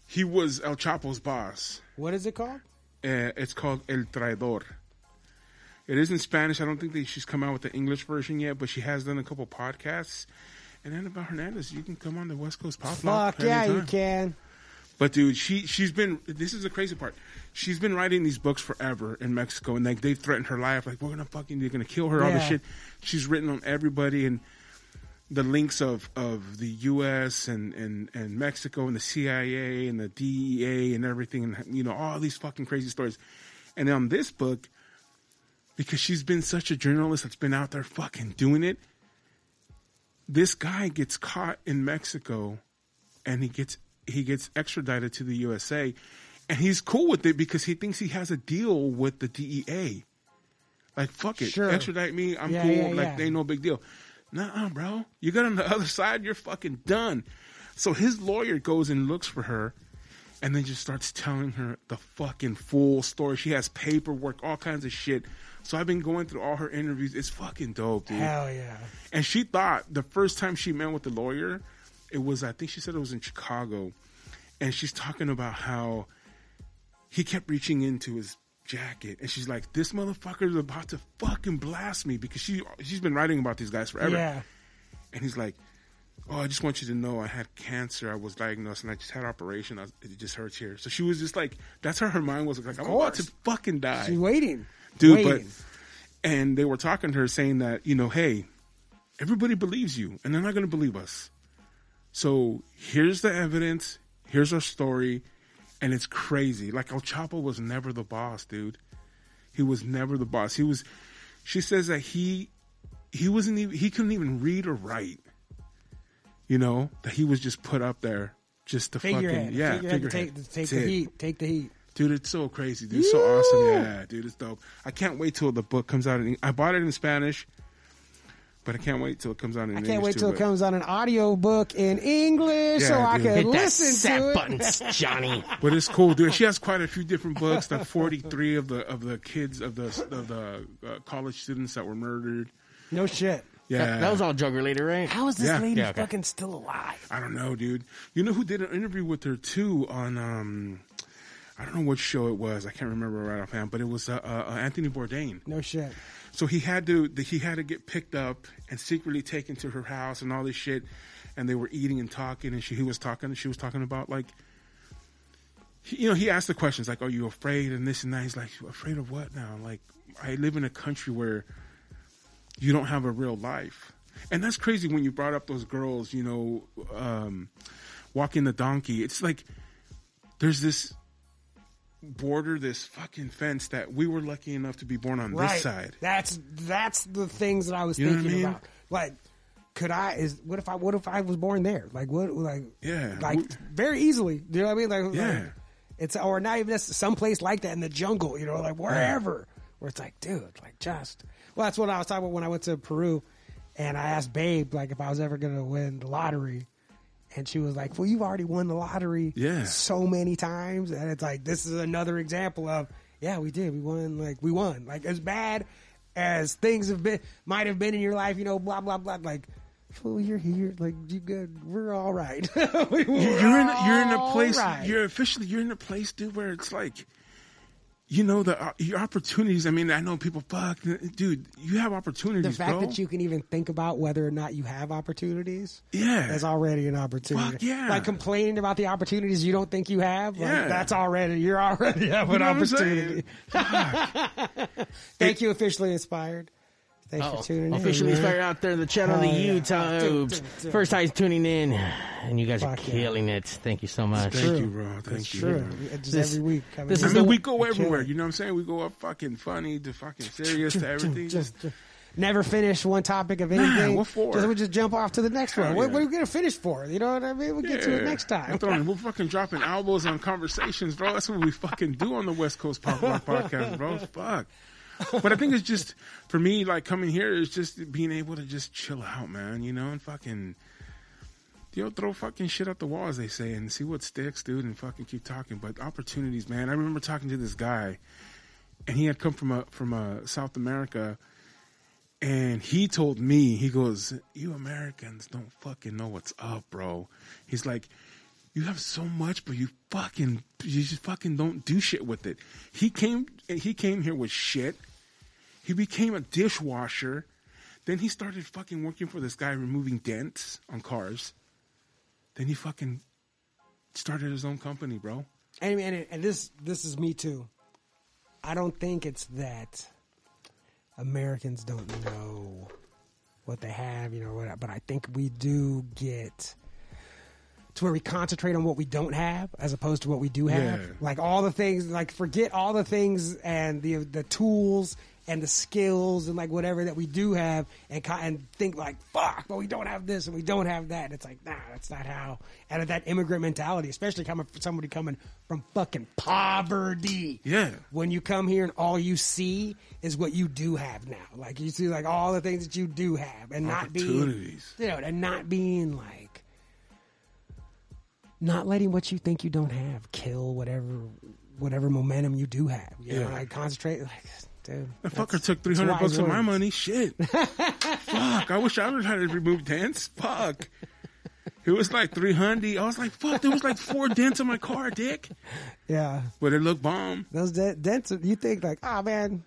Speaker 2: he was El Chapo's boss.
Speaker 3: What is it called?
Speaker 2: Uh, it's called El Traidor. It is in Spanish. I don't think that she's come out with the English version yet, but she has done a couple podcasts. And Annabelle Hernandez, you can come on the West Coast Pop Lock
Speaker 3: Fuck yeah, you
Speaker 2: anytime.
Speaker 3: can.
Speaker 2: But dude, she she's been this is the crazy part. She's been writing these books forever in Mexico, and like they've threatened her life, like we're gonna fucking you're gonna kill her, all this
Speaker 3: Yeah.
Speaker 2: shit. She's written on everybody and the links of, of the U.S. and, and, and Mexico and the CIA and the DEA and everything, and you know all these fucking crazy stories. And on this book, because she's been such a journalist that's been out there fucking doing it, this guy gets caught in Mexico and he gets he gets extradited to the USA and he's cool with it because he thinks he has a deal with the DEA. Like fuck it.
Speaker 3: Sure.
Speaker 2: Extradite me, I'm
Speaker 3: Yeah,
Speaker 2: cool,
Speaker 3: yeah,
Speaker 2: like
Speaker 3: yeah.
Speaker 2: they no big deal. Nah, bro. You got on the other side, you're fucking done. So his lawyer goes and looks for her and then just starts telling her the fucking full story. She has paperwork, all kinds of shit. So I've been going through all her interviews. It's fucking dope, dude.
Speaker 3: Hell yeah.
Speaker 2: And she thought the first time she met with the lawyer, it was I think she said it was in Chicago, and she's talking about how he kept reaching into his jacket, and she's like, "This motherfucker is about to fucking blast me," because she she's been writing about these guys forever.
Speaker 3: Yeah.
Speaker 2: And he's like, "Oh, I just want you to know I had cancer. I was diagnosed, and I just had an operation. I, it just hurts here." So she was just like, "That's how her mind was like. I'm about to
Speaker 3: course.
Speaker 2: fucking die."
Speaker 3: She's waiting.
Speaker 2: dude.
Speaker 3: Waiting.
Speaker 2: But and they were talking to her, saying that you know, hey, everybody believes you, and they're not going to believe us. So here's the evidence. Here's our story, and it's crazy. Like El Chapo was never the boss, dude. He was never the boss. He was. She says that he he wasn't even he couldn't even read or write. You know that he was just put up there just to
Speaker 3: figurehead.
Speaker 2: fucking yeah
Speaker 3: figurehead. to
Speaker 2: figurehead.
Speaker 3: Take, to take
Speaker 2: That's
Speaker 3: the
Speaker 2: it
Speaker 3: heat. Take the heat.
Speaker 2: dude it's so crazy dude so awesome yeah dude it's dope i can't wait till the book comes out in, i bought it in spanish but i can't wait till it comes out in
Speaker 3: I
Speaker 2: english
Speaker 3: can't wait
Speaker 2: too,
Speaker 3: till it
Speaker 2: but-
Speaker 3: comes out an audio book in English so
Speaker 2: Yeah,
Speaker 3: I
Speaker 2: dude.
Speaker 3: can
Speaker 2: Hit
Speaker 3: listen to it.
Speaker 4: Johnny.
Speaker 2: but it's cool dude she has quite a few different books the 43 of the of the kids of the of the uh, college students that were murdered
Speaker 3: No shit.
Speaker 2: yeah
Speaker 4: That, that was all drug related, right?
Speaker 3: How is this
Speaker 2: Yeah.
Speaker 3: lady
Speaker 4: Yeah, okay.
Speaker 3: fucking still alive?
Speaker 2: I don't know, dude. You know who did an interview with her too on um, I don't know what show it was. I can't remember right offhand, but it was uh, uh, Anthony Bourdain.
Speaker 3: No shit.
Speaker 2: So he had to he had to get picked up and secretly taken to her house and all this shit, and they were eating and talking, and she he was talking, she was talking about like, he, you know, he asked the questions like, "Are you afraid?" and this and that. He's like, "Afraid of what now?" Like, I live in a country where you don't have a real life, and that's crazy. When you brought up those girls, you know, um, walking the donkey, it's like there's this border, this fucking fence that we were lucky enough to be born on
Speaker 3: Right.
Speaker 2: this side.
Speaker 3: That's that's the things that I was
Speaker 2: You know what I
Speaker 3: thinking
Speaker 2: mean?
Speaker 3: about. Like, could I? Is what if I? What if I was born there? Like what? Like
Speaker 2: Yeah.
Speaker 3: Like
Speaker 2: We-
Speaker 3: very easily. Do you know what I mean? Like
Speaker 2: Yeah.
Speaker 3: like, it's or not even that's someplace like that in the jungle. You know, like wherever where it's like, dude, like just. Well, that's what I was talking about when I went to Peru, and I asked Babe like if I was ever gonna win the lottery. And she was like, "Well, you've already won the lottery,
Speaker 2: Yeah.
Speaker 3: so many times." And it's like, this is another example of, yeah, we did, we won, like we won, like as bad as things have been, might have been in your life, you know, blah blah blah. Like, fool, you're here, like you good, we're all right. We were
Speaker 2: you're, you're in you're in a
Speaker 3: all
Speaker 2: place
Speaker 3: right.
Speaker 2: you're officially you're in a place dude where it's like you know the uh, your opportunities i mean i know people fuck dude you have opportunities
Speaker 3: the fact
Speaker 2: bro.
Speaker 3: that you can even think about whether or not you have opportunities
Speaker 2: yeah
Speaker 3: is already an opportunity.
Speaker 2: Fuck yeah.
Speaker 3: Like complaining about the opportunities you don't think you have, like,
Speaker 2: Yeah.
Speaker 3: that's already you're already have an
Speaker 2: know what I'm
Speaker 3: opportunity. Thank you, officially inspired. Thanks
Speaker 2: Oh,
Speaker 3: for tuning in.
Speaker 4: Officially
Speaker 3: man.
Speaker 4: fired out there in the channel of
Speaker 3: Oh,
Speaker 4: the
Speaker 3: yeah.
Speaker 4: YouTubes.
Speaker 3: Dude, dude, dude.
Speaker 4: First time tuning in, and you guys are
Speaker 3: Fuck yeah.
Speaker 4: killing it. Thank you so much.
Speaker 2: thank
Speaker 3: True.
Speaker 2: you bro thank
Speaker 3: It's
Speaker 2: you
Speaker 3: true. Just
Speaker 4: This-
Speaker 3: every week. coming
Speaker 4: this
Speaker 2: I
Speaker 3: in.
Speaker 4: is
Speaker 2: mean,
Speaker 4: the-
Speaker 2: we go everywhere.
Speaker 3: it.
Speaker 2: You know what I'm saying? We go up fucking funny to fucking serious to everything.
Speaker 3: Just- never finish one topic of anything.
Speaker 2: what for?
Speaker 3: Just, we just jump off to the next one.
Speaker 2: Hell
Speaker 3: What,
Speaker 2: yeah.
Speaker 3: what are we gonna finish for? You know what I mean? We'll get to it
Speaker 2: Yeah.
Speaker 3: next time.
Speaker 2: We're, throwing, we're fucking dropping elbows on conversations, bro. That's what we fucking do on the West Coast Pop Rock Podcast, bro. Fuck. But I think it's just for me, like coming here is just being able to just chill out, man. You know, and fucking, you know, throw fucking shit at the wall, as they say, and see what sticks, dude, and fucking keep talking. But opportunities, man. I remember talking to this guy, and he had come from a from a South America. And he told me, he goes, You Americans don't fucking know what's up, bro. He's like, You have so much, but you fucking you just fucking don't do shit with it. He came he came here with shit. He became a dishwasher. Then he started fucking working for this guy removing dents on cars. Then he fucking started his own company, bro.
Speaker 3: and, and and this this is me too. I don't think it's that Americans don't know what they have, you know, what- but I think we do get to where we concentrate on what we don't have as opposed to what we do have.
Speaker 2: Yeah.
Speaker 3: Like all the things, like forget all the things and the the tools and the skills and like whatever that we do have and co- and think like fuck, but we don't have this and we don't have that. And it's like nah, that's not how. And that immigrant mentality, especially coming from somebody coming from fucking poverty
Speaker 2: Yeah.
Speaker 3: when you come here and all you see is what you do have now. Like you see like all the things that you do have and not being
Speaker 2: Opportunities.
Speaker 3: you know, and not being like not letting what you think you don't have kill whatever whatever momentum you do have. You know,
Speaker 2: Yeah.
Speaker 3: like concentrate like dude.
Speaker 2: That
Speaker 3: that's-
Speaker 2: fucker took
Speaker 3: that's
Speaker 2: 300
Speaker 3: wise
Speaker 2: bucks of my
Speaker 3: words.
Speaker 2: money. Shit. Fuck. I wish I would have had to remove dents. Fuck. It was like 300. I was like, fuck, there was like four dents on my car, dick.
Speaker 3: Yeah.
Speaker 2: But it looked bomb.
Speaker 3: Those de- dents you think like, oh man,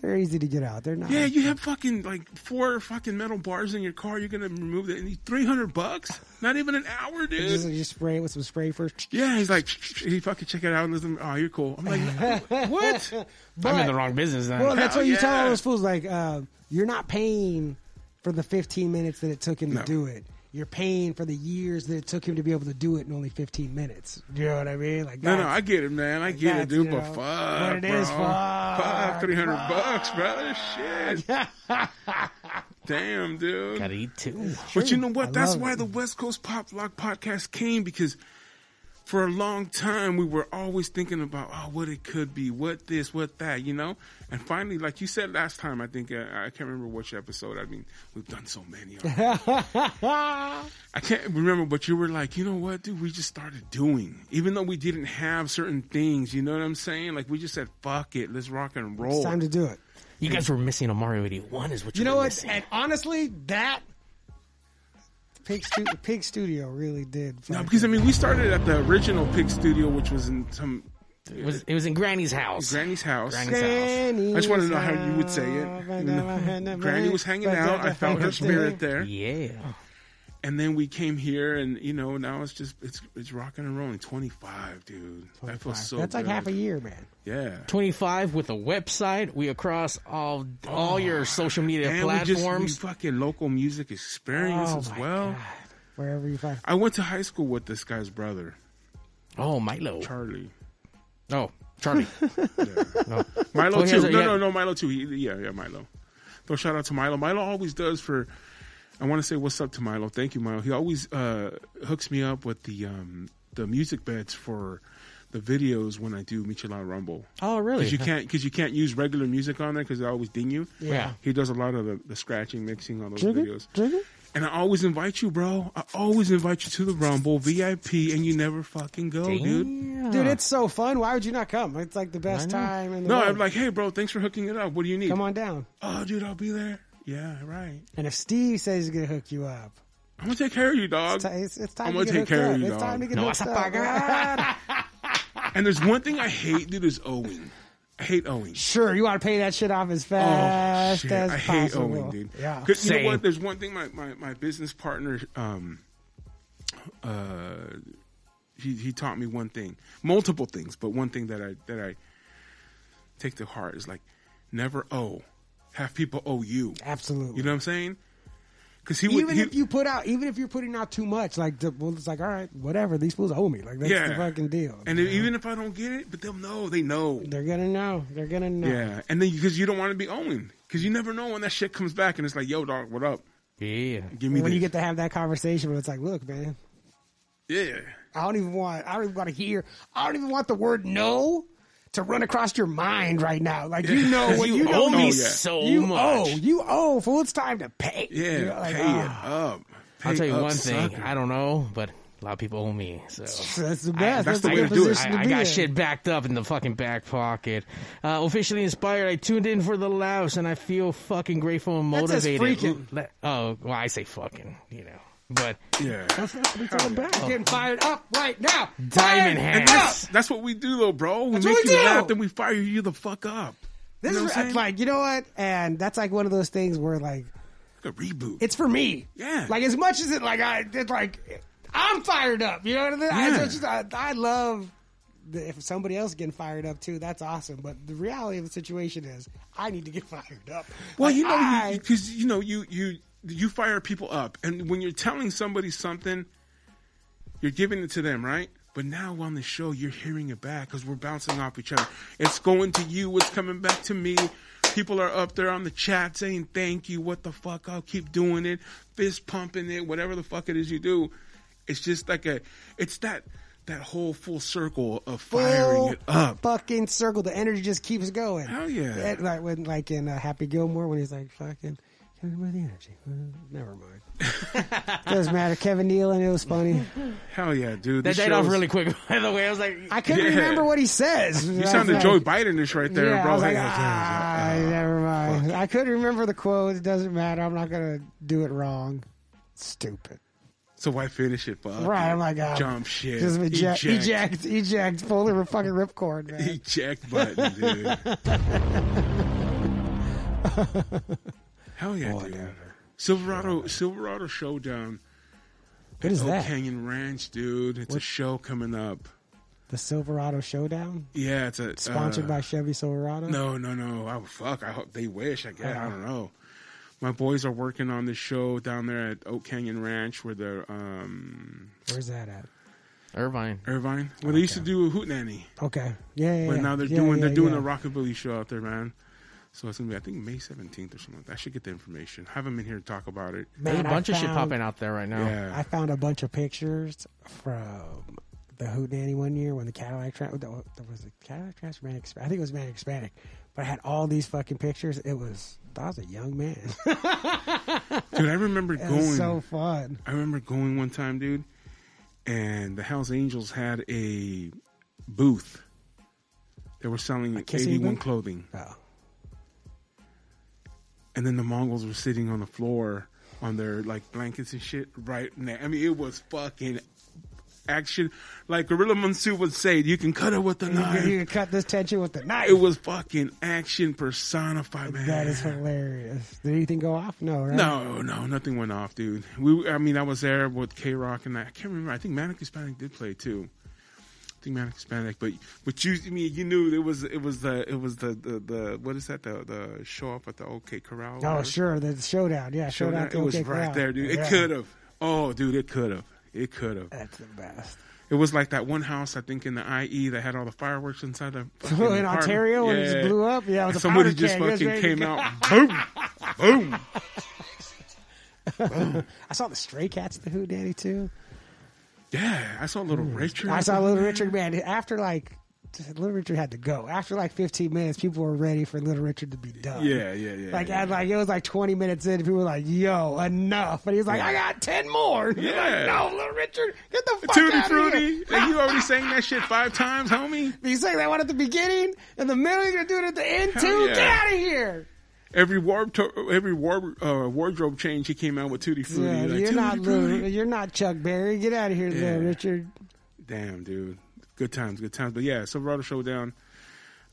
Speaker 3: they're easy to get out. They're not
Speaker 2: Yeah, you have fucking like four fucking metal bars in your car. You're going to remove that. And he's 300 bucks? Not even an hour,
Speaker 3: you just,
Speaker 2: dude.
Speaker 3: you spray it with some spray first.
Speaker 2: Yeah, he's like, he fucking check it out and listen. Oh, you're cool. I'm like, what?
Speaker 4: I'm in the
Speaker 3: But-
Speaker 4: wrong business then.
Speaker 3: Well, that's
Speaker 2: Hell
Speaker 3: what you tell
Speaker 2: yeah.
Speaker 3: all those fools. Like, uh, you're not paying for the 15 minutes that it took him
Speaker 2: No.
Speaker 3: to do it. You're paying for the years that it took him to be able to do it in only 15 minutes. You know what I mean? Like,
Speaker 2: No, no,
Speaker 3: that's-
Speaker 2: I get it, man. I get it,
Speaker 3: that's,
Speaker 2: dude.
Speaker 3: you
Speaker 2: but
Speaker 3: know,
Speaker 2: fuck,
Speaker 3: what it
Speaker 2: bro.
Speaker 3: is, fuck,
Speaker 2: fuck, 300 bucks, brother. Shit. Damn, dude.
Speaker 4: Gotta eat too.
Speaker 2: But you know what?
Speaker 3: I
Speaker 2: That's
Speaker 3: love
Speaker 2: why
Speaker 3: it.
Speaker 2: the West Coast Pop Lock podcast came because for a long time we were always thinking about oh what it could be, what this, what that, you know. And finally, like you said last time, I think uh, I can't remember which episode. I mean, we've done so many. already. I can't remember, but you were like, you know what, dude? We just started doing, even though we didn't have certain things. You know what I'm saying? Like we just said, fuck it, let's rock and roll.
Speaker 3: it's time to do it.
Speaker 4: You guys were missing a Mario 81 is what you,
Speaker 3: You know
Speaker 4: were
Speaker 3: what?
Speaker 4: missing.
Speaker 3: And honestly, that Pig, Stu- Pig Studio really did.
Speaker 2: No,
Speaker 3: fucking-
Speaker 2: because I mean, we started at the original Pig Studio, which was in some
Speaker 4: It was, it was in Granny's house.
Speaker 2: Granny's house.
Speaker 4: Granny's
Speaker 3: Granny
Speaker 2: I just wanted to know
Speaker 3: was
Speaker 2: how you would say
Speaker 3: out,
Speaker 2: it.
Speaker 3: but
Speaker 2: You
Speaker 3: I-
Speaker 2: know, Granny was hanging
Speaker 3: but
Speaker 2: out.
Speaker 3: I-
Speaker 2: I felt her spirit there.
Speaker 4: Yeah.
Speaker 2: And then we came here, and you know, now it's just it's it's rocking and rolling. Twenty five, dude. That feels so.
Speaker 3: That's like
Speaker 2: good.
Speaker 3: half a year, man.
Speaker 2: Yeah.
Speaker 4: 25 with a website. We across all
Speaker 3: Oh.
Speaker 4: all your social media
Speaker 2: And we just we
Speaker 4: platforms.
Speaker 2: fucking local music experience as well.
Speaker 3: Oh God. Wherever you find.
Speaker 2: I went to high school with this guy's brother,
Speaker 4: oh, Milo.
Speaker 2: Charlie.
Speaker 4: oh, Charlie. No.
Speaker 2: Milo
Speaker 4: Well, he
Speaker 2: too.
Speaker 4: has
Speaker 2: No,
Speaker 4: a- yeah.
Speaker 2: no, no, Milo too. He, yeah, yeah, Milo. So shout out to Milo. Milo always does for. I want to say what's up to Milo. Thank you, Milo. He always uh, hooks me up with the um, the music beds for the videos when I do Michelin Rumble.
Speaker 4: Oh, really?
Speaker 2: Because you can't because you can't use regular music on there because they always ding you.
Speaker 4: Yeah.
Speaker 2: He does a lot of the, the scratching, mixing on those
Speaker 3: Jigger?
Speaker 2: videos.
Speaker 3: Jigger?
Speaker 2: And I always invite you, bro. I always invite you to the Rumble VIP, and you never fucking go, dude.
Speaker 4: Damn.
Speaker 3: Dude, it's so fun. Why would you not come? It's like the best
Speaker 4: I know.
Speaker 3: time in the
Speaker 2: No,
Speaker 3: world.
Speaker 2: I'm like, hey, bro, thanks for hooking it up. What do you need?
Speaker 3: come on down.
Speaker 2: Oh, dude, I'll be there. Yeah, right.
Speaker 3: And if Steve says he's gonna hook you up,
Speaker 2: I'm gonna take care of you, dog.
Speaker 3: it's, ti- it's, it's time
Speaker 2: I'm
Speaker 3: to
Speaker 2: gonna
Speaker 3: get
Speaker 2: take
Speaker 3: hooked
Speaker 2: care of
Speaker 3: up.
Speaker 2: you,
Speaker 3: it's
Speaker 2: dog.
Speaker 3: time to get
Speaker 4: No,
Speaker 3: hooked
Speaker 4: I
Speaker 3: up. man.
Speaker 2: And there's one thing I hate, dude, is owing. I hate owing.
Speaker 3: sure, you want to pay that shit off as
Speaker 2: Oh,
Speaker 3: fast
Speaker 2: shit.
Speaker 3: as
Speaker 2: I hate
Speaker 3: possible.
Speaker 2: owing, dude.
Speaker 3: Yeah.
Speaker 2: 'Cause you
Speaker 4: Same.
Speaker 2: know what? There's one thing my, my, my business partner, um, uh, he, he taught me one thing, multiple things, but one thing that I, that I take to heart is like, never owe. Have people owe you.
Speaker 3: Absolutely.
Speaker 2: You know what I'm saying? because he would.
Speaker 3: even
Speaker 2: he-
Speaker 3: if you put out, even if you're putting out too much, like the, well, it's like all right, whatever. These fools owe me. Like that's
Speaker 2: yeah,
Speaker 3: the fucking deal.
Speaker 2: And if- even if I don't get it, but they'll know. They know.
Speaker 3: they're gonna know. They're gonna know.
Speaker 2: Yeah, and then because you don't want to be owing, because you never know when that shit comes back, and it's like, yo, dog, what up?
Speaker 4: Yeah.
Speaker 2: Give me
Speaker 3: When you
Speaker 2: this.
Speaker 3: get to have that conversation, where it's like, look, man,
Speaker 2: yeah,
Speaker 3: I don't even want. I don't even want to hear. I don't even want the word no to run across your mind right now. Like you know what
Speaker 2: You
Speaker 3: you,
Speaker 2: owe
Speaker 3: don't
Speaker 2: me
Speaker 3: know.
Speaker 4: so
Speaker 3: you
Speaker 4: much.
Speaker 3: owe. You owe. Fool, it's time to pay.
Speaker 2: yeah,
Speaker 3: You're like,
Speaker 2: pay it
Speaker 3: ah,
Speaker 2: up.
Speaker 4: I'll
Speaker 2: Pay
Speaker 4: tell you
Speaker 2: up,
Speaker 4: one thing.
Speaker 2: sucker.
Speaker 4: I don't know, but a lot of people owe me. So
Speaker 3: That's the best.
Speaker 4: I-
Speaker 3: that's,
Speaker 2: that's the
Speaker 3: the
Speaker 2: way
Speaker 3: good
Speaker 2: to do it.
Speaker 3: position
Speaker 4: I, I
Speaker 3: be
Speaker 4: got
Speaker 3: in.
Speaker 4: shit backed up in the fucking back pocket. Uh, officially inspired, I tuned in for the laughs, and I feel fucking grateful and
Speaker 3: That says
Speaker 4: motivated.
Speaker 3: freaking.
Speaker 4: Le- Oh, well, I say fucking, you know, but
Speaker 2: yeah.
Speaker 3: That's what we're talking
Speaker 2: Oh.
Speaker 3: about. Getting fired up right now.
Speaker 4: diamond
Speaker 3: Fired
Speaker 4: hands.
Speaker 3: up.
Speaker 2: That's what we do, though, bro. We
Speaker 3: That's
Speaker 2: make
Speaker 3: what we
Speaker 2: you
Speaker 3: do.
Speaker 2: laugh, then we fire you the fuck up.
Speaker 3: This
Speaker 2: You know
Speaker 3: is
Speaker 2: what I'm saying?
Speaker 3: like you know what, and that's like one of those things where like
Speaker 2: Like a reboot.
Speaker 3: it's for me.
Speaker 2: Yeah.
Speaker 3: Like as much as it like I it's like I'm fired up. You know what I mean? I,
Speaker 2: Yeah.
Speaker 3: it's just- I, I love the, if somebody else getting fired up too. That's awesome. But the reality of the situation is I need to get fired up.
Speaker 2: well,
Speaker 3: Like,
Speaker 2: you know,
Speaker 3: I,
Speaker 2: because you know, you you you fire people up, and when you're telling somebody something, you're giving it to them, right? But now on the show, you're hearing it back because we're bouncing off each other. It's going to you. It's coming back to me. People are up there on the chat saying thank you. What the fuck? I'll keep doing it. Fist pumping it. Whatever the fuck it is you do. It's just like a. It's that that whole full circle of firing
Speaker 3: full
Speaker 2: it up.
Speaker 3: Fucking circle. The energy just keeps going.
Speaker 2: Hell yeah.
Speaker 3: That- like when, like in uh, Happy Gilmore, when he's like fucking. Kevin with the energy. Uh, never mind. Doesn't matter. Kevin Nealon. It was funny.
Speaker 2: Hell yeah, dude. This
Speaker 4: That died off
Speaker 2: show's-
Speaker 4: really quick. By the way, I was like,
Speaker 3: I couldn't
Speaker 2: Yeah.
Speaker 3: remember what he says.
Speaker 2: You sounded Joe Biden-ish right there,
Speaker 3: yeah,
Speaker 2: bro.
Speaker 3: I was like,
Speaker 2: Hey,
Speaker 3: ah, never mind. I couldn't remember the quote. It doesn't matter. I'm not gonna do it wrong. Stupid.
Speaker 2: So why finish it, Bob?
Speaker 3: Right? I'm like, ah,
Speaker 2: Jump shit.
Speaker 3: Just eject,
Speaker 2: eject.
Speaker 3: eject, eject. Pull the fucking ripcord, man.
Speaker 2: Eject button, dude. Hell yeah, dude. Silverado, Silverado Showdown
Speaker 3: What is
Speaker 2: Oak
Speaker 3: that?
Speaker 2: Canyon Ranch, dude. It's a show coming up.
Speaker 3: The Silverado Showdown,
Speaker 2: Yeah, it's a
Speaker 3: sponsored
Speaker 2: uh,
Speaker 3: by Chevy Silverado.
Speaker 2: No, no, no. I fuck. I hope they wish. I guess
Speaker 3: Uh-huh.
Speaker 2: I don't know. My boys are working on this show down there at Oak Canyon Ranch, where they're um,
Speaker 3: Where's that at?
Speaker 4: Irvine.
Speaker 2: Irvine. Well, they used to do a Hoot Nanny.
Speaker 3: Okay. Yeah. yeah
Speaker 2: But
Speaker 3: yeah.
Speaker 2: now they're
Speaker 3: Yeah,
Speaker 2: doing they're
Speaker 3: yeah,
Speaker 2: doing
Speaker 3: yeah.
Speaker 2: a rockabilly show out there, man. So it's gonna be I think May seventeenth or something. like that. I should get the information. Have them in here to talk about it.
Speaker 3: Man,
Speaker 4: There's a
Speaker 3: I
Speaker 4: bunch of shit
Speaker 3: found-
Speaker 4: popping out there right now.
Speaker 2: Yeah,
Speaker 3: I found a bunch of pictures from the Hootenanny one year when the Cadillac tra- the, was the Cadillac Transformatic. I think it was Manic Hispanic, but I had all these fucking pictures. It was I was a young man. it
Speaker 2: dude, I remember going.
Speaker 3: was so fun.
Speaker 2: I remember going one time, dude, and the Hell's Angels had a booth. They were selling
Speaker 3: kissing
Speaker 2: eighty one
Speaker 3: booth?
Speaker 2: clothing,
Speaker 3: Oh.
Speaker 2: and then the Mongols were sitting on the floor on their like blankets and shit. Right now, I mean, it was fucking action. Like Gorilla Monsoon would say, "You can cut it with a
Speaker 3: You
Speaker 2: knife."
Speaker 3: could, you could cut this tension with the knife.
Speaker 2: It was fucking action personified, man.
Speaker 3: that is hilarious. Did anything go off? No, right?
Speaker 2: no, no, nothing went off, dude. We, I mean, I was there with K Rock, and I, I can't remember. I think Manic Hispanic did play too. I think Manic Hispanic, but but you, I mean, you knew it was it was the it was the the, the what is that the the show up at the OK Corral? or
Speaker 3: Oh,
Speaker 2: whatever?
Speaker 3: sure. The showdown. Yeah,
Speaker 2: Showdown.
Speaker 3: showdown.
Speaker 2: It was right there, dude. It could have. Oh, dude, it could have. It could have.
Speaker 3: That's the best.
Speaker 2: It was like that one house I think in the IE that had all the fireworks inside the fucking
Speaker 3: in Ontario when it just blew up? Yeah, it was
Speaker 2: And
Speaker 3: a
Speaker 2: somebody
Speaker 3: powder
Speaker 2: just
Speaker 3: keg. It was
Speaker 2: fucking
Speaker 3: ready to
Speaker 2: came
Speaker 3: go.
Speaker 2: out, boom, boom.
Speaker 3: I saw the Stray Cats, the Who Daddy too.
Speaker 2: Yeah, I saw little Richard.
Speaker 3: Hmm. I saw Little Richard, man. After like, Little Richard had to go. After like 15 minutes, people were ready for Little Richard to be done.
Speaker 2: Yeah, yeah, yeah.
Speaker 3: Like,
Speaker 2: yeah.
Speaker 3: and like it was like 20 minutes in, people were like, yo, enough. And he was like, I got 10 more. And they're
Speaker 2: Yeah.
Speaker 3: Like, no, Little Richard, get the fuck
Speaker 2: Tutti
Speaker 3: out of here.
Speaker 2: Frutti. And you already sang that shit five times, homie.
Speaker 3: You saying that one at the beginning, in the middle, you're going to do it at the end
Speaker 2: Hell
Speaker 3: too?
Speaker 2: yeah.
Speaker 3: Get out of here.
Speaker 2: Every warp, to- every war- uh, wardrobe change, he came out with Tutti Frutti.
Speaker 3: Yeah,
Speaker 2: Like,
Speaker 3: you're
Speaker 2: Tutti
Speaker 3: not
Speaker 2: Frutti.
Speaker 3: Little, you're not Chuck Berry. Get out of here, Little
Speaker 2: Yeah.
Speaker 3: Richard.
Speaker 2: Damn, dude. Good times, good times. But yeah, Silverado Showdown.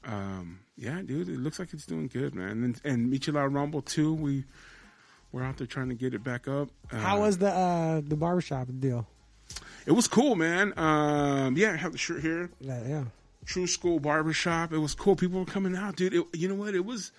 Speaker 2: Um, yeah, dude, it looks like it's doing good, man. And and Michelada Rumble too. We we're out there trying to get it back up. Uh,
Speaker 3: How was the uh, the barbershop deal?
Speaker 2: it? Was cool, man. Um, yeah, I have the shirt here.
Speaker 3: Yeah, Uh, yeah.
Speaker 2: True School Barbershop. It was cool. People were coming out, dude. It, you know what? It was.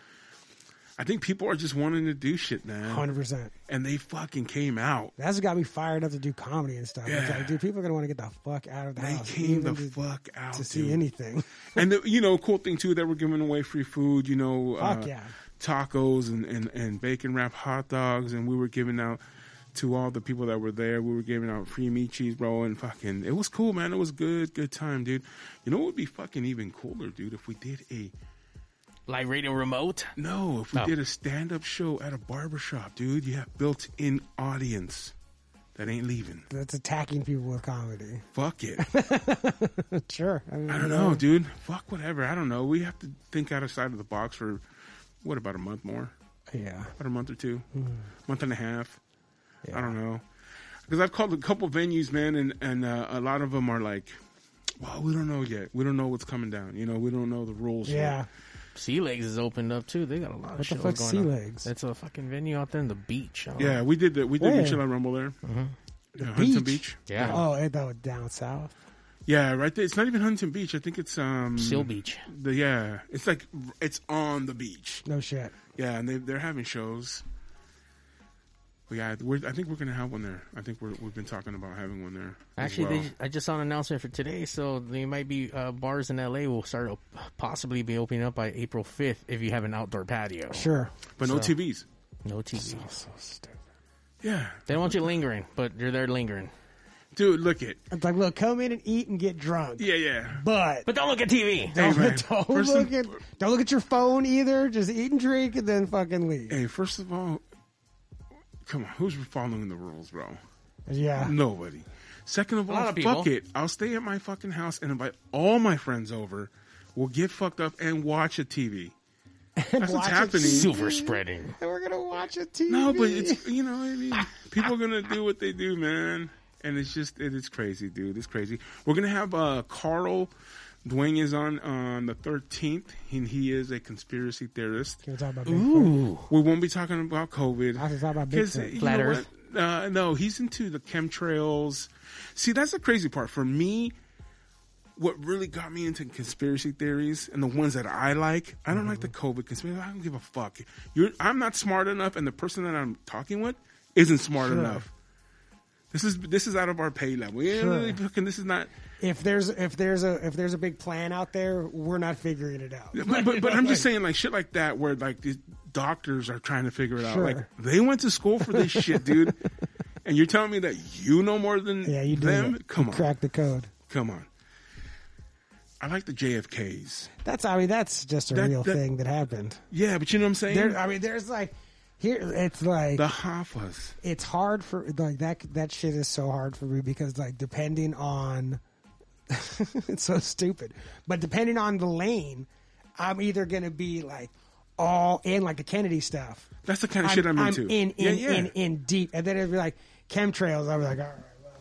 Speaker 2: I think people are just wanting to do shit now,
Speaker 3: Hundred percent.
Speaker 2: and they fucking came out.
Speaker 3: That's got me fired up to do comedy and stuff. It's
Speaker 2: Yeah.
Speaker 3: like, dude, people are gonna want to get the fuck out of the
Speaker 2: They
Speaker 3: house.
Speaker 2: came the
Speaker 3: even to,
Speaker 2: fuck out
Speaker 3: to see
Speaker 2: dude.
Speaker 3: anything.
Speaker 2: and the, you know, cool thing too, they were giving away free food. You know, uh,
Speaker 3: Fuck yeah.
Speaker 2: tacos and, and and bacon wrap hot dogs, and we were giving out to all the people that were there. We were giving out free meat cheese roll and fucking. It was cool, man. It was good, good time, dude. You know, what would be fucking even cooler, dude, if we did a
Speaker 4: Like radio remote.
Speaker 2: no, if we
Speaker 4: Oh.
Speaker 2: did a stand up show at a barbershop, dude. You have built in audience that ain't leaving.
Speaker 3: That's attacking people with comedy.
Speaker 2: Fuck it.
Speaker 3: Sure. I, mean,
Speaker 2: I don't know, dude. Fuck whatever. I don't know. We have to think outside of the box for what about a month more?
Speaker 3: Yeah.
Speaker 2: About a month or two,
Speaker 3: Hmm.
Speaker 2: month and a half. I don't know. Because I've called a couple venues, man, and and uh, a lot of them are like, "Well, we don't know yet. We don't know what's coming down. You know, we don't know the rules." yet."
Speaker 3: Yeah.
Speaker 4: Sea Legs is opened up too. They got a lot of
Speaker 3: What the
Speaker 4: shit
Speaker 3: fuck's
Speaker 4: going
Speaker 3: Sea
Speaker 4: on.
Speaker 3: Legs?
Speaker 4: That's a fucking venue out there in the beach. I don't
Speaker 2: yeah.
Speaker 4: know.
Speaker 2: We did that. We did
Speaker 3: Where? Mm-hmm.
Speaker 2: Michelin Rumble there, yeah, Huntington Beach.
Speaker 3: beach?
Speaker 4: yeah.
Speaker 3: Oh, and that was down south.
Speaker 2: Yeah, right there. It's not even Huntington Beach. I think it's um
Speaker 4: Seal Beach.
Speaker 2: The, yeah, it's like it's on the beach.
Speaker 3: No shit.
Speaker 2: Yeah, and they they're having shows. But yeah, we're, I think we're gonna have one there. I think we're, we've been talking about having one there. as
Speaker 4: Actually,
Speaker 2: well.
Speaker 4: they, I just saw an announcement for today, so they might be uh, bars in LA will start op- possibly be opening up by April fifth if you have an outdoor patio.
Speaker 3: Sure.
Speaker 2: but no
Speaker 4: so-
Speaker 2: TVs.
Speaker 4: No TV.
Speaker 3: So stupid.
Speaker 2: Yeah,
Speaker 4: They don't want you lingering, but you're there lingering.
Speaker 2: dude, look it.
Speaker 3: It's like, look, come in and eat and get drunk.
Speaker 2: Yeah, yeah.
Speaker 3: But,
Speaker 4: But don't look at TV.
Speaker 2: Hey,
Speaker 3: don't,
Speaker 2: man,
Speaker 3: don't
Speaker 2: first
Speaker 3: look
Speaker 2: thing-
Speaker 3: at don't look at your phone either. Just eat and drink and then fucking leave.
Speaker 2: Hey, first of all, come on, who's following the rules, bro?
Speaker 3: Yeah.
Speaker 2: Nobody. Second of all,
Speaker 4: lot of
Speaker 2: fuck
Speaker 4: people.
Speaker 2: it. I'll stay at my fucking house and invite all my friends over. We'll get fucked up and watch a TV. That's what's
Speaker 3: watch a
Speaker 2: happening.
Speaker 4: Super spreading.
Speaker 3: And we're gonna watch a TV.
Speaker 2: No, but it's you know, what I mean, people are gonna do what they do, man, and it's just it is crazy, dude. It's crazy. We're gonna have uh, Carl Dwayne is on uh, on the thirteenth, and he is a conspiracy theorist.
Speaker 3: Can we talk about Bigfoot?
Speaker 4: Ooh.
Speaker 2: We won't be talking about COVID.
Speaker 3: I was talking about
Speaker 2: 'Cause,
Speaker 3: Bigfoot.
Speaker 2: you
Speaker 4: Flat
Speaker 2: know
Speaker 4: Earth.
Speaker 2: what? Uh, no, he's into the chemtrails. See, that's the crazy part for me. What really got me into conspiracy theories and the ones that I like, I don't like the
Speaker 3: Mm-hmm.
Speaker 2: COVID conspiracy. I don't give a fuck. You're, I'm not smart enough, and the person that I'm talking with isn't smart
Speaker 3: Sure.
Speaker 2: enough. This is this is out of our pay level. Yeah,
Speaker 3: Sure.
Speaker 2: really, fucking- this is not.
Speaker 3: If there's if there's a if there's a big plan out there, we're not figuring it out.
Speaker 2: But, but, but I'm just saying, like shit like that, where like these doctors are trying to figure it out.
Speaker 3: Sure.
Speaker 2: Like they went to school for this shit, dude. And you're telling me that you know more than
Speaker 3: Yeah, you do.
Speaker 2: them?
Speaker 3: it.
Speaker 2: Come
Speaker 3: You
Speaker 2: on,
Speaker 3: Crack the code.
Speaker 2: come on. I like the JFKs.
Speaker 3: That's I mean that's just a
Speaker 2: That-
Speaker 3: real
Speaker 2: that-
Speaker 3: thing that happened.
Speaker 2: Yeah, but you know what I'm saying?
Speaker 3: There I mean there's like here it's like
Speaker 2: the Hafas.
Speaker 3: it's hard for like that that shit is so hard for me because like depending on it's so stupid but depending on the lane i'm either gonna be like all in like the kennedy stuff
Speaker 2: That's the kind of shit I'm, into.
Speaker 3: in in,
Speaker 2: yeah, yeah.
Speaker 3: in in deep and then it'd be like chemtrails i'm like all right well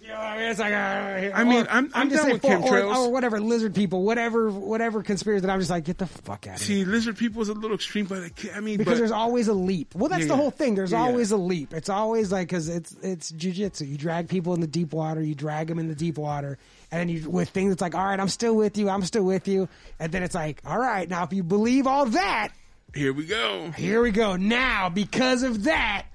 Speaker 3: you know what I mean? It's like, all right,
Speaker 2: I mean,
Speaker 3: or-
Speaker 2: I'm- I'm
Speaker 3: just
Speaker 2: down
Speaker 3: saying,
Speaker 2: with
Speaker 3: or-
Speaker 2: chemtrails.
Speaker 3: or, or whatever lizard people, whatever, whatever conspiracy. That I'm just like, get the fuck out of here
Speaker 2: See, lizard people is a little extreme, but I, can't- I mean,
Speaker 3: because
Speaker 2: but,
Speaker 3: there's always a leap. Well, that's
Speaker 2: Yeah,
Speaker 3: the
Speaker 2: yeah.
Speaker 3: whole thing. There's
Speaker 2: Yeah, yeah.
Speaker 3: always a leap. It's always like because it's it's jujitsu. You drag people in the deep water. You drag them in the deep water, and then you with things. It's like, all right, I'm still with you. I'm still with you. And then it's like, all right, now if you believe all that,
Speaker 2: here we go.
Speaker 3: here we go. Now because of that,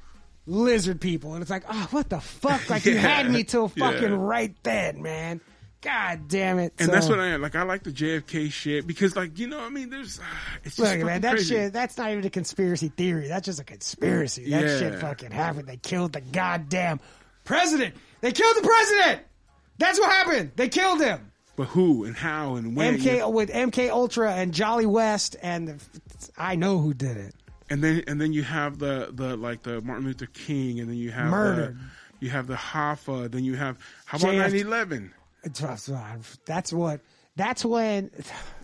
Speaker 3: lizard people, and it's like, oh, what the fuck? Like you
Speaker 2: Yeah.
Speaker 3: had me till
Speaker 2: Yeah.
Speaker 3: fucking right then, man. God damn it!
Speaker 2: And that's what I am. Like, I like the JFK shit because, like, you know, I mean, there's. It's just
Speaker 3: Look, man,
Speaker 2: fucking
Speaker 3: that
Speaker 2: crazy.
Speaker 3: shit, that's not even a conspiracy theory. That's just a conspiracy. That
Speaker 2: Yeah.
Speaker 3: shit fucking happened. They killed the goddamn president. They killed the president. That's what happened. They killed him.
Speaker 2: But who and how and when?
Speaker 3: MK with MK Ultra and Jolly West and the, I know who did it.
Speaker 2: and then and then you have the the like the Martin Luther King, and then you have
Speaker 3: Murdered.
Speaker 2: The, you have the Hoffa, then you have how about
Speaker 3: JF
Speaker 2: nine eleven?
Speaker 3: It's- uh, That's what. That's when.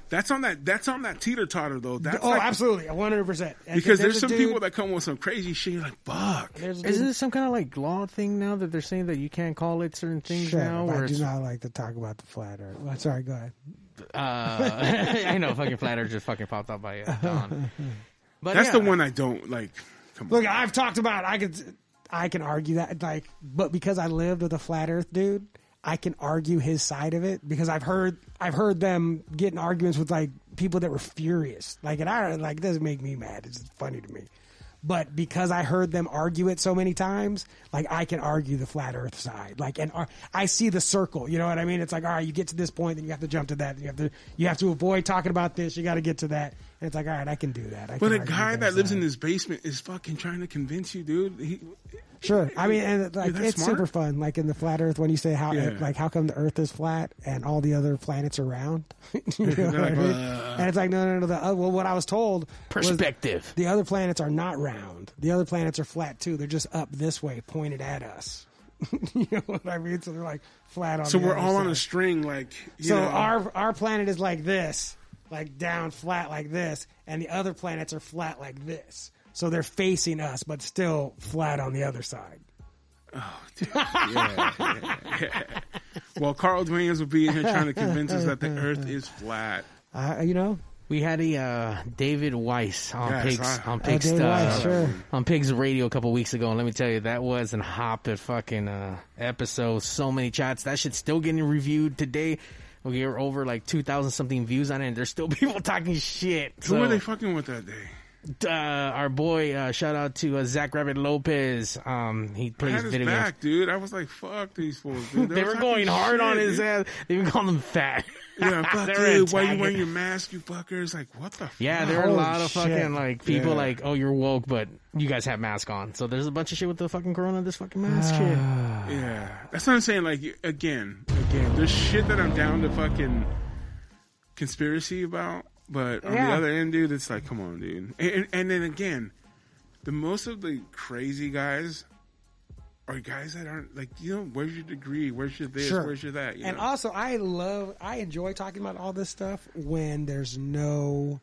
Speaker 2: That's on that. That's on that teeter totter though. That's
Speaker 3: Oh,
Speaker 2: like-
Speaker 3: absolutely, one hundred percent.
Speaker 2: Because there's, some people that come with some crazy shit. You're like, fuck.
Speaker 4: Isn't it some kind of like law thing now that they're saying that you can't call it certain things
Speaker 3: Shut
Speaker 4: now?
Speaker 3: up.
Speaker 4: where
Speaker 3: I do
Speaker 4: it's-
Speaker 3: not like to talk about the flat Earth. Well, sorry, go ahead.
Speaker 4: Uh, I know, fucking flat earth just fucking popped up by uh, Don. But
Speaker 2: That's the
Speaker 4: yeah.
Speaker 2: one I don't like. Come on.
Speaker 3: Look, I've talked about. I could, I can argue that. Like, but because I lived with a flat Earth dude, I can argue his side of it because I've heard, I've heard them getting arguments with like people that were furious. Like, and I like it doesn't make me mad. It's funny to me. But because I heard them argue it so many times, like I can argue the flat Earth side. Like, and ar- I see the circle. You know what I mean? It's like, all right, you get to this point, then you have to jump to that. You have to you have to avoid talking about this. You got to get to that. And it's like, all right, I can do that. I
Speaker 2: But
Speaker 3: can
Speaker 2: a
Speaker 3: argue
Speaker 2: guy
Speaker 3: that
Speaker 2: that lives
Speaker 3: side.
Speaker 2: in his basement is fucking trying to convince you, dude. He,
Speaker 3: Sure. I mean, and like
Speaker 2: Dude, that's
Speaker 3: it's
Speaker 2: smart.
Speaker 3: super fun. Like in the flat Earth, when you say how,
Speaker 2: Yeah.
Speaker 3: like how come the Earth is flat and all the other planets are round, you know what I
Speaker 2: like,
Speaker 3: mean?
Speaker 2: "Uh."
Speaker 3: and it's like no, no, no. The uh, well, what I was told was
Speaker 4: Perspective.
Speaker 3: the other planets are not round. The other planets are flat too. They're just up this way, pointed at us. you know what I mean? So they're like flat on.
Speaker 2: so
Speaker 3: the
Speaker 2: we're
Speaker 3: other
Speaker 2: all on a
Speaker 3: side.
Speaker 2: string, like you
Speaker 3: So
Speaker 2: know,
Speaker 3: our our planet is like this, like down flat like this, and the other planets are flat like this. So they're facing us, but still flat on the other side.
Speaker 2: Well, Carl Williams will be in here trying to convince us that the Earth is flat.
Speaker 3: Uh, you know,
Speaker 4: We had a uh, David Weiss on
Speaker 2: Yes,
Speaker 4: Pigs
Speaker 2: I-
Speaker 4: on
Speaker 2: Oh,
Speaker 4: Pigs
Speaker 3: David
Speaker 4: uh,
Speaker 3: Weiss, sure.
Speaker 4: on Pigs Radio a couple weeks ago, and let me tell you that was an hop at fucking uh, episode. So many chats. That shit's still getting reviewed today. We're over like two thousand something views on it, and there's still people talking shit.
Speaker 2: Who
Speaker 4: So,
Speaker 2: were they fucking with that day?
Speaker 4: uh, our boy, uh, shout out to uh, Zach Rabbit Lopez. Um, he
Speaker 2: I
Speaker 4: plays
Speaker 2: had his
Speaker 4: video games.
Speaker 2: back, dude. I was like, fuck these fools, dude.
Speaker 4: They were
Speaker 2: talking
Speaker 4: going hard
Speaker 2: shit,
Speaker 4: on his
Speaker 2: dude.
Speaker 4: ass. They even called him fat.
Speaker 2: Yeah, fuck
Speaker 4: They
Speaker 2: you.
Speaker 4: were
Speaker 2: Why you
Speaker 4: attacking-
Speaker 2: wearing your mask, you fuckers? Like, what the fuck?
Speaker 4: Yeah, there are a
Speaker 3: Holy
Speaker 4: lot of
Speaker 3: shit.
Speaker 4: fucking like people
Speaker 2: Yeah.
Speaker 4: like, oh, you're woke, but you guys have mask on. So there's a bunch of shit with the fucking corona, this fucking mask shit.
Speaker 2: Yeah. That's what I'm saying. Like, again, again, there's shit that I'm down to fucking conspiracy about. But on the
Speaker 4: Yeah.
Speaker 2: other end, dude, it's like, come on, dude. And, and, and then again, the most of the crazy guys are guys that aren't like, you know, where's your degree? Where's your this?
Speaker 3: Sure.
Speaker 2: Where's your that? You
Speaker 3: and
Speaker 2: know?
Speaker 3: also I love, I enjoy talking about all this stuff when there's no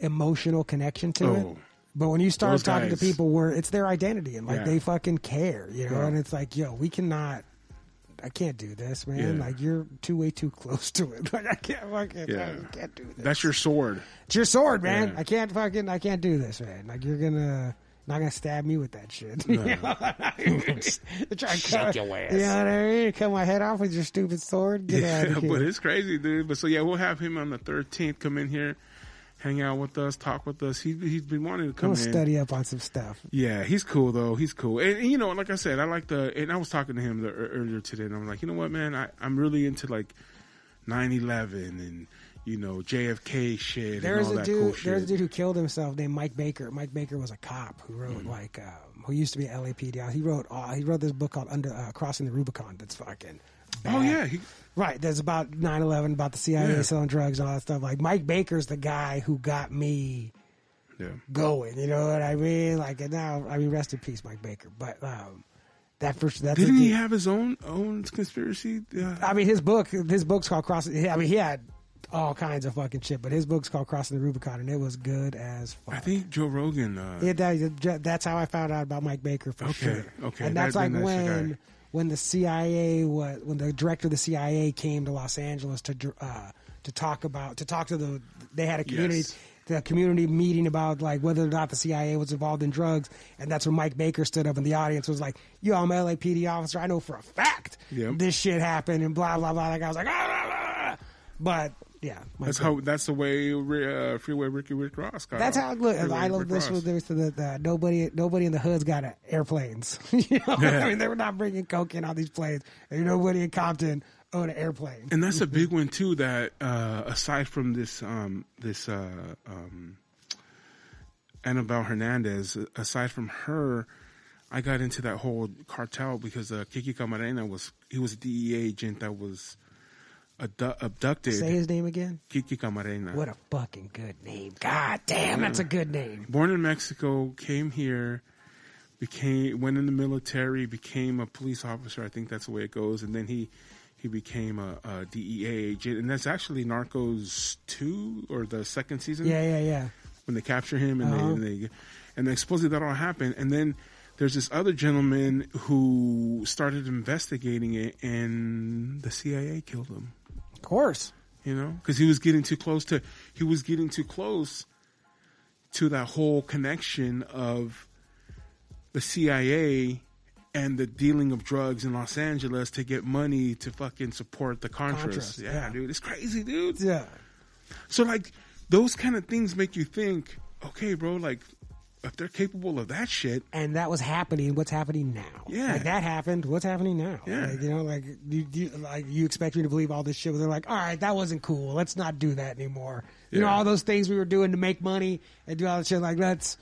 Speaker 3: emotional connection to
Speaker 2: Oh.
Speaker 3: it. But when you start
Speaker 2: Those
Speaker 3: talking
Speaker 2: guys.
Speaker 3: to people where it's their identity and like
Speaker 2: Yeah.
Speaker 3: they fucking care, you know,
Speaker 2: Yeah.
Speaker 3: and it's like, yo, we cannot. I can't do this, man.
Speaker 2: Yeah.
Speaker 3: Like you're too way too close to it. Like I can't fucking,
Speaker 2: Yeah.
Speaker 3: I can't do this.
Speaker 2: That's your sword.
Speaker 3: it's your sword, man.
Speaker 2: Yeah.
Speaker 3: I can't fucking, I can't do this, man. Like you're gonna not gonna stab me with that shit. You know? They're trying to cut-
Speaker 4: your ass.
Speaker 3: You know what I mean? Cut my head off with your stupid sword. Get out of here.
Speaker 2: but it's crazy, dude. But so yeah, we'll have him on the 13th. Come in here, hang out with us, talk with us. He he's been wanting to come
Speaker 3: Don't
Speaker 2: in.
Speaker 3: study up on some stuff.
Speaker 2: Yeah, he's cool though. He's cool, and, and, you know, like I said, I like the. And I was talking to him the, ear- earlier today, and I'm like, you know what, man, I I'm really into like 9/11 and you know JFK shit and
Speaker 3: There's
Speaker 2: all
Speaker 3: a
Speaker 2: that
Speaker 3: dude.
Speaker 2: cool shit.
Speaker 3: There's a dude who killed himself named Mike Baker. Mike Baker was a cop who wrote
Speaker 2: Mm-hmm.
Speaker 3: like um, who used to be at LAPD. He wrote uh, he wrote this book called Under uh, Crossing the Rubicon. That's fucking. Bad.
Speaker 2: oh yeah, he,
Speaker 3: Right, there's about 9-11, about the CIA
Speaker 2: Yeah.
Speaker 3: selling drugs and all that stuff. Like Mike Baker's the guy who got me
Speaker 2: yeah.
Speaker 3: going. You know what I mean? Like and now, I mean, rest in peace, Mike Baker. But um, that first that's a
Speaker 2: Didn't he
Speaker 3: deep-
Speaker 2: have his own own conspiracy? Uh, Yeah.
Speaker 3: I mean, his book, his book's called Crossing. I mean, he had all kinds of fucking shit, but his book's called Crossing the Rubicon, and it was good as fuck.
Speaker 2: I think Joe Rogan. Uh,
Speaker 3: Yeah, that, that's how I found out about Mike Baker for
Speaker 2: Okay,
Speaker 3: sure.
Speaker 2: okay,
Speaker 3: and that's
Speaker 2: that-
Speaker 3: like
Speaker 2: then that's the guy.
Speaker 3: when when the CIA was when the director of the CIA came to Los Angeles to dr- uh, to talk about to talk to the they had a community.
Speaker 2: Yes.
Speaker 3: The community meeting about like whether or not the CIA was involved in drugs, and that's when Mike Baker stood up in the audience was like, "Yo, I'm an LAPD officer. I know for a fact
Speaker 2: Yep.
Speaker 3: this shit happened," and blah blah blah. Like I was like, "Ah, blah, blah, blah." but yeah, Mike
Speaker 2: That's how. That's the way uh, Freeway Ricky Rick Ross got.
Speaker 3: that's
Speaker 2: out.
Speaker 3: how look.
Speaker 2: Freeway
Speaker 3: I love
Speaker 2: Rick
Speaker 3: this
Speaker 2: Ross.
Speaker 3: was there's the, the nobody nobody in the hood's got a, airplanes. you know, I mean they were not bringing coke in on these planes. And nobody in Compton owned an airplane.
Speaker 2: and that's a big
Speaker 3: Mm-hmm.
Speaker 2: one too. That uh, aside from this, um, this uh, um, Annabelle Hernandez, aside from her, I got into that whole cartel because uh, Kiki Camarena was he was a DEA agent that was adu- abducted.
Speaker 3: Say his name again.
Speaker 2: Kiki Camarena.
Speaker 3: What a fucking good name. God damn, that's a good name.
Speaker 2: born in Mexico, came here, became went in the military, became a police officer. I think that's the way it goes. And then he he became a, a DEA agent, and that's actually Narcos two or the second season
Speaker 3: Yeah, yeah, yeah.
Speaker 2: when they capture him and, they, and they and they supposedly that all happened. And then there's this other gentleman who started investigating it, and the CIA killed him
Speaker 3: Of course.
Speaker 2: you know because he was getting too close to he was getting too close to that whole connection of the CIA and the dealing of drugs in Los Angeles to get money to fucking support the Contras.
Speaker 3: Contras,
Speaker 2: yeah,
Speaker 3: yeah.
Speaker 2: dude, it's crazy, dude.
Speaker 3: Yeah.
Speaker 2: So like those kind of things make you think, okay, bro, like if they're capable of that shit,
Speaker 3: and that was happening. What's happening now?
Speaker 2: Yeah.
Speaker 3: like that happened. What's happening now?
Speaker 2: Yeah.
Speaker 3: Like, you know, like you, you like you expect me to believe all this shit. But they're like, all right, that wasn't cool. Let's not do that anymore. You know,
Speaker 2: Yeah.
Speaker 3: all those things we were doing to make money and do all that shit. Like let's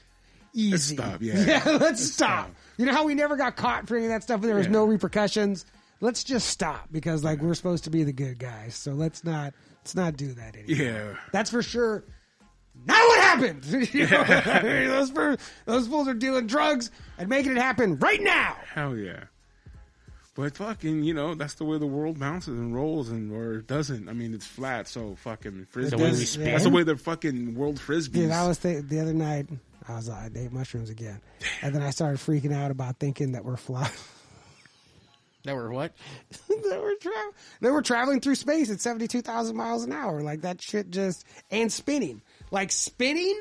Speaker 3: easy.
Speaker 2: stop, yeah.
Speaker 3: let's, stop. You know how we never got caught for any of that stuff, and there was
Speaker 2: Yeah.
Speaker 3: no repercussions. Let's just stop because like we're supposed to be the good guys. So let's not let's not do that anymore.
Speaker 2: yeah.
Speaker 3: That's for sure. Not what happened. You know? those, fools, those fools are doing drugs and making it happen right now.
Speaker 2: Hell yeah. But fucking, you know, that's the way the world bounces and rolls and or it doesn't. I mean, it's flat, so fucking frisbee.
Speaker 3: way we
Speaker 2: That's
Speaker 3: spin?
Speaker 2: the way the fucking world frisbees.
Speaker 3: Dude, I was th- the other night. I was like, I ate mushrooms again, and then I started freaking out about thinking that we're flying.
Speaker 4: That were what?
Speaker 3: that we're traveling. That we're traveling through space at seventy-two thousand miles an hour. Like that shit just and spinning, like spinning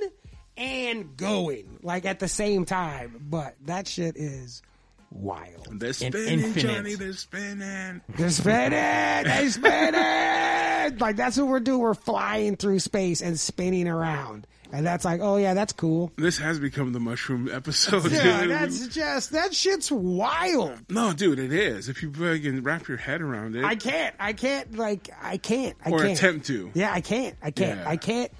Speaker 3: and going, like at the same time. But that shit is wild.
Speaker 2: they're spinning,
Speaker 4: infinite.
Speaker 2: Johnny. They're spinning.
Speaker 3: They're spinning. They spinning. like that's what we're doing. We're flying through space and spinning around, and that's like, oh yeah, that's cool.
Speaker 2: This has become the mushroom episode.
Speaker 3: Yeah,
Speaker 2: dude.
Speaker 3: that's just that shit's wild.
Speaker 2: no, dude, it is. If you fucking wrap your head around it,
Speaker 3: I can't. I can't. Like I can't. I
Speaker 2: or
Speaker 3: can't.
Speaker 2: attempt to.
Speaker 3: Yeah, I can't. I can't.
Speaker 2: Yeah.
Speaker 3: I can't.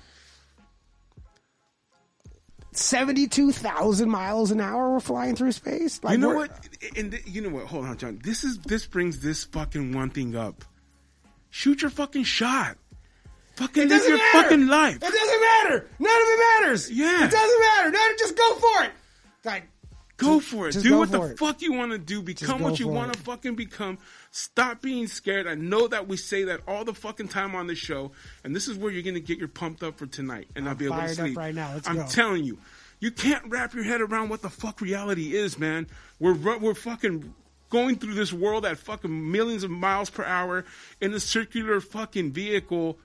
Speaker 3: Seventy-two thousand miles an hour. We're flying through space. Like
Speaker 2: You know
Speaker 3: we're-
Speaker 2: what? And th- you know what? Hold on, John. This is this brings this fucking one thing up. Shoot your fucking shot. Fucking live
Speaker 3: doesn't
Speaker 2: your
Speaker 3: matter.
Speaker 2: fucking life.
Speaker 3: It doesn't matter. None of it matters.
Speaker 2: Yeah.
Speaker 3: It doesn't matter. None. Just go for it. Like
Speaker 2: Go for it.
Speaker 3: just
Speaker 2: do
Speaker 3: go
Speaker 2: what the
Speaker 3: for it.
Speaker 2: fuck you want to do. Become
Speaker 3: go
Speaker 2: what you
Speaker 3: for
Speaker 2: want
Speaker 3: it.
Speaker 2: to fucking become. Stop being scared. I know that we say that all the fucking time on this show, and this is where you're gonna get your pumped up for tonight, and i will be able to
Speaker 3: fired up
Speaker 2: sleep
Speaker 3: right now. Let's
Speaker 2: I'm
Speaker 3: go.
Speaker 2: telling you, you can't wrap your head around what the fuck reality is, man. We're ru- we're fucking going through this world at fucking millions of miles per hour in a circular fucking vehicle.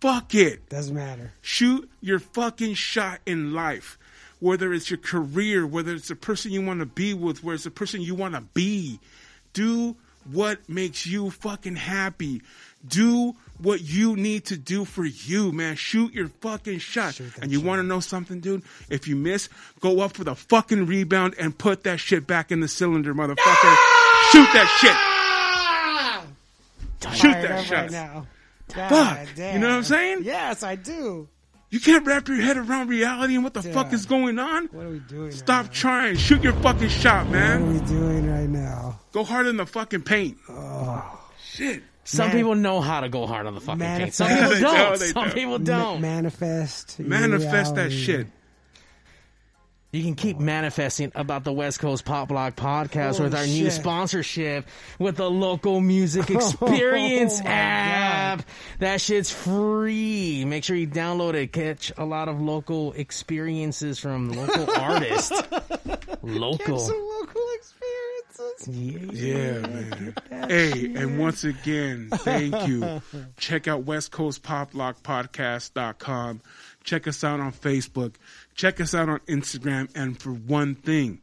Speaker 2: Fuck it
Speaker 3: doesn't matter.
Speaker 2: shoot your fucking shot in life. Whether it's your career, whether it's the person you want to be with, whether it's the person you want to be, do what makes you fucking happy. Do what you need to do for you, man. Shoot your fucking shot. And you want to know something, dude? If you miss, go up for the fucking rebound and put that shit back in the cylinder, motherfucker. Shoot that shit.
Speaker 3: Ah!
Speaker 2: Shoot
Speaker 3: Fired
Speaker 2: that
Speaker 3: up
Speaker 2: shot.
Speaker 3: right now.
Speaker 2: Fuck.
Speaker 3: God damn.
Speaker 2: You know what I'm saying?
Speaker 3: Yes, I do.
Speaker 2: You can't wrap your head around reality and what the fuck
Speaker 3: Yeah.
Speaker 2: is going on.
Speaker 3: What are we doing?
Speaker 2: Stop
Speaker 3: Right
Speaker 2: trying. Shoot your fucking shot,
Speaker 3: now?
Speaker 2: man.
Speaker 3: What are we doing right now?
Speaker 2: Go hard in the fucking paint. Shit.
Speaker 4: Some
Speaker 3: Man-
Speaker 4: people know how to go hard on the fucking
Speaker 3: Manifest-
Speaker 4: paint. Some people
Speaker 2: They
Speaker 4: don't.
Speaker 2: don't, they
Speaker 4: Some
Speaker 2: don't.
Speaker 4: people
Speaker 3: Ma-
Speaker 4: don't.
Speaker 3: manifest.
Speaker 2: Manifest that
Speaker 3: reality.
Speaker 2: shit.
Speaker 4: You can keep manifesting about the West Coast Pop Block podcast
Speaker 3: Holy
Speaker 4: with our new
Speaker 3: shit.
Speaker 4: sponsorship with the Local Music Experience
Speaker 3: Oh my
Speaker 4: app. That shit's free. Make sure you download it. Catch a lot of local experiences from local artists.
Speaker 3: Some
Speaker 4: Local.
Speaker 3: local experiences.
Speaker 2: Yeah, man. Hey, and once again, thank you. Check out West Coast Pop Lock Podcast.com. Check us out on Facebook. Check us out on Instagram. And for one thing,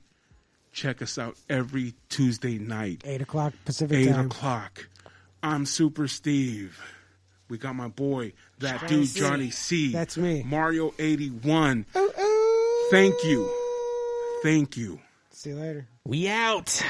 Speaker 2: check us out every Tuesday night,
Speaker 3: Eight o'clock Pacific
Speaker 2: 8
Speaker 3: time.
Speaker 2: o'clock. I'm Super Steve. We got my boy, that
Speaker 4: Johnny
Speaker 2: dude,
Speaker 4: C.
Speaker 2: Johnny C.
Speaker 3: That's me.
Speaker 2: Mario 81.
Speaker 3: Ooh, ooh.
Speaker 2: Thank you. Thank you.
Speaker 3: See you later.
Speaker 4: We out.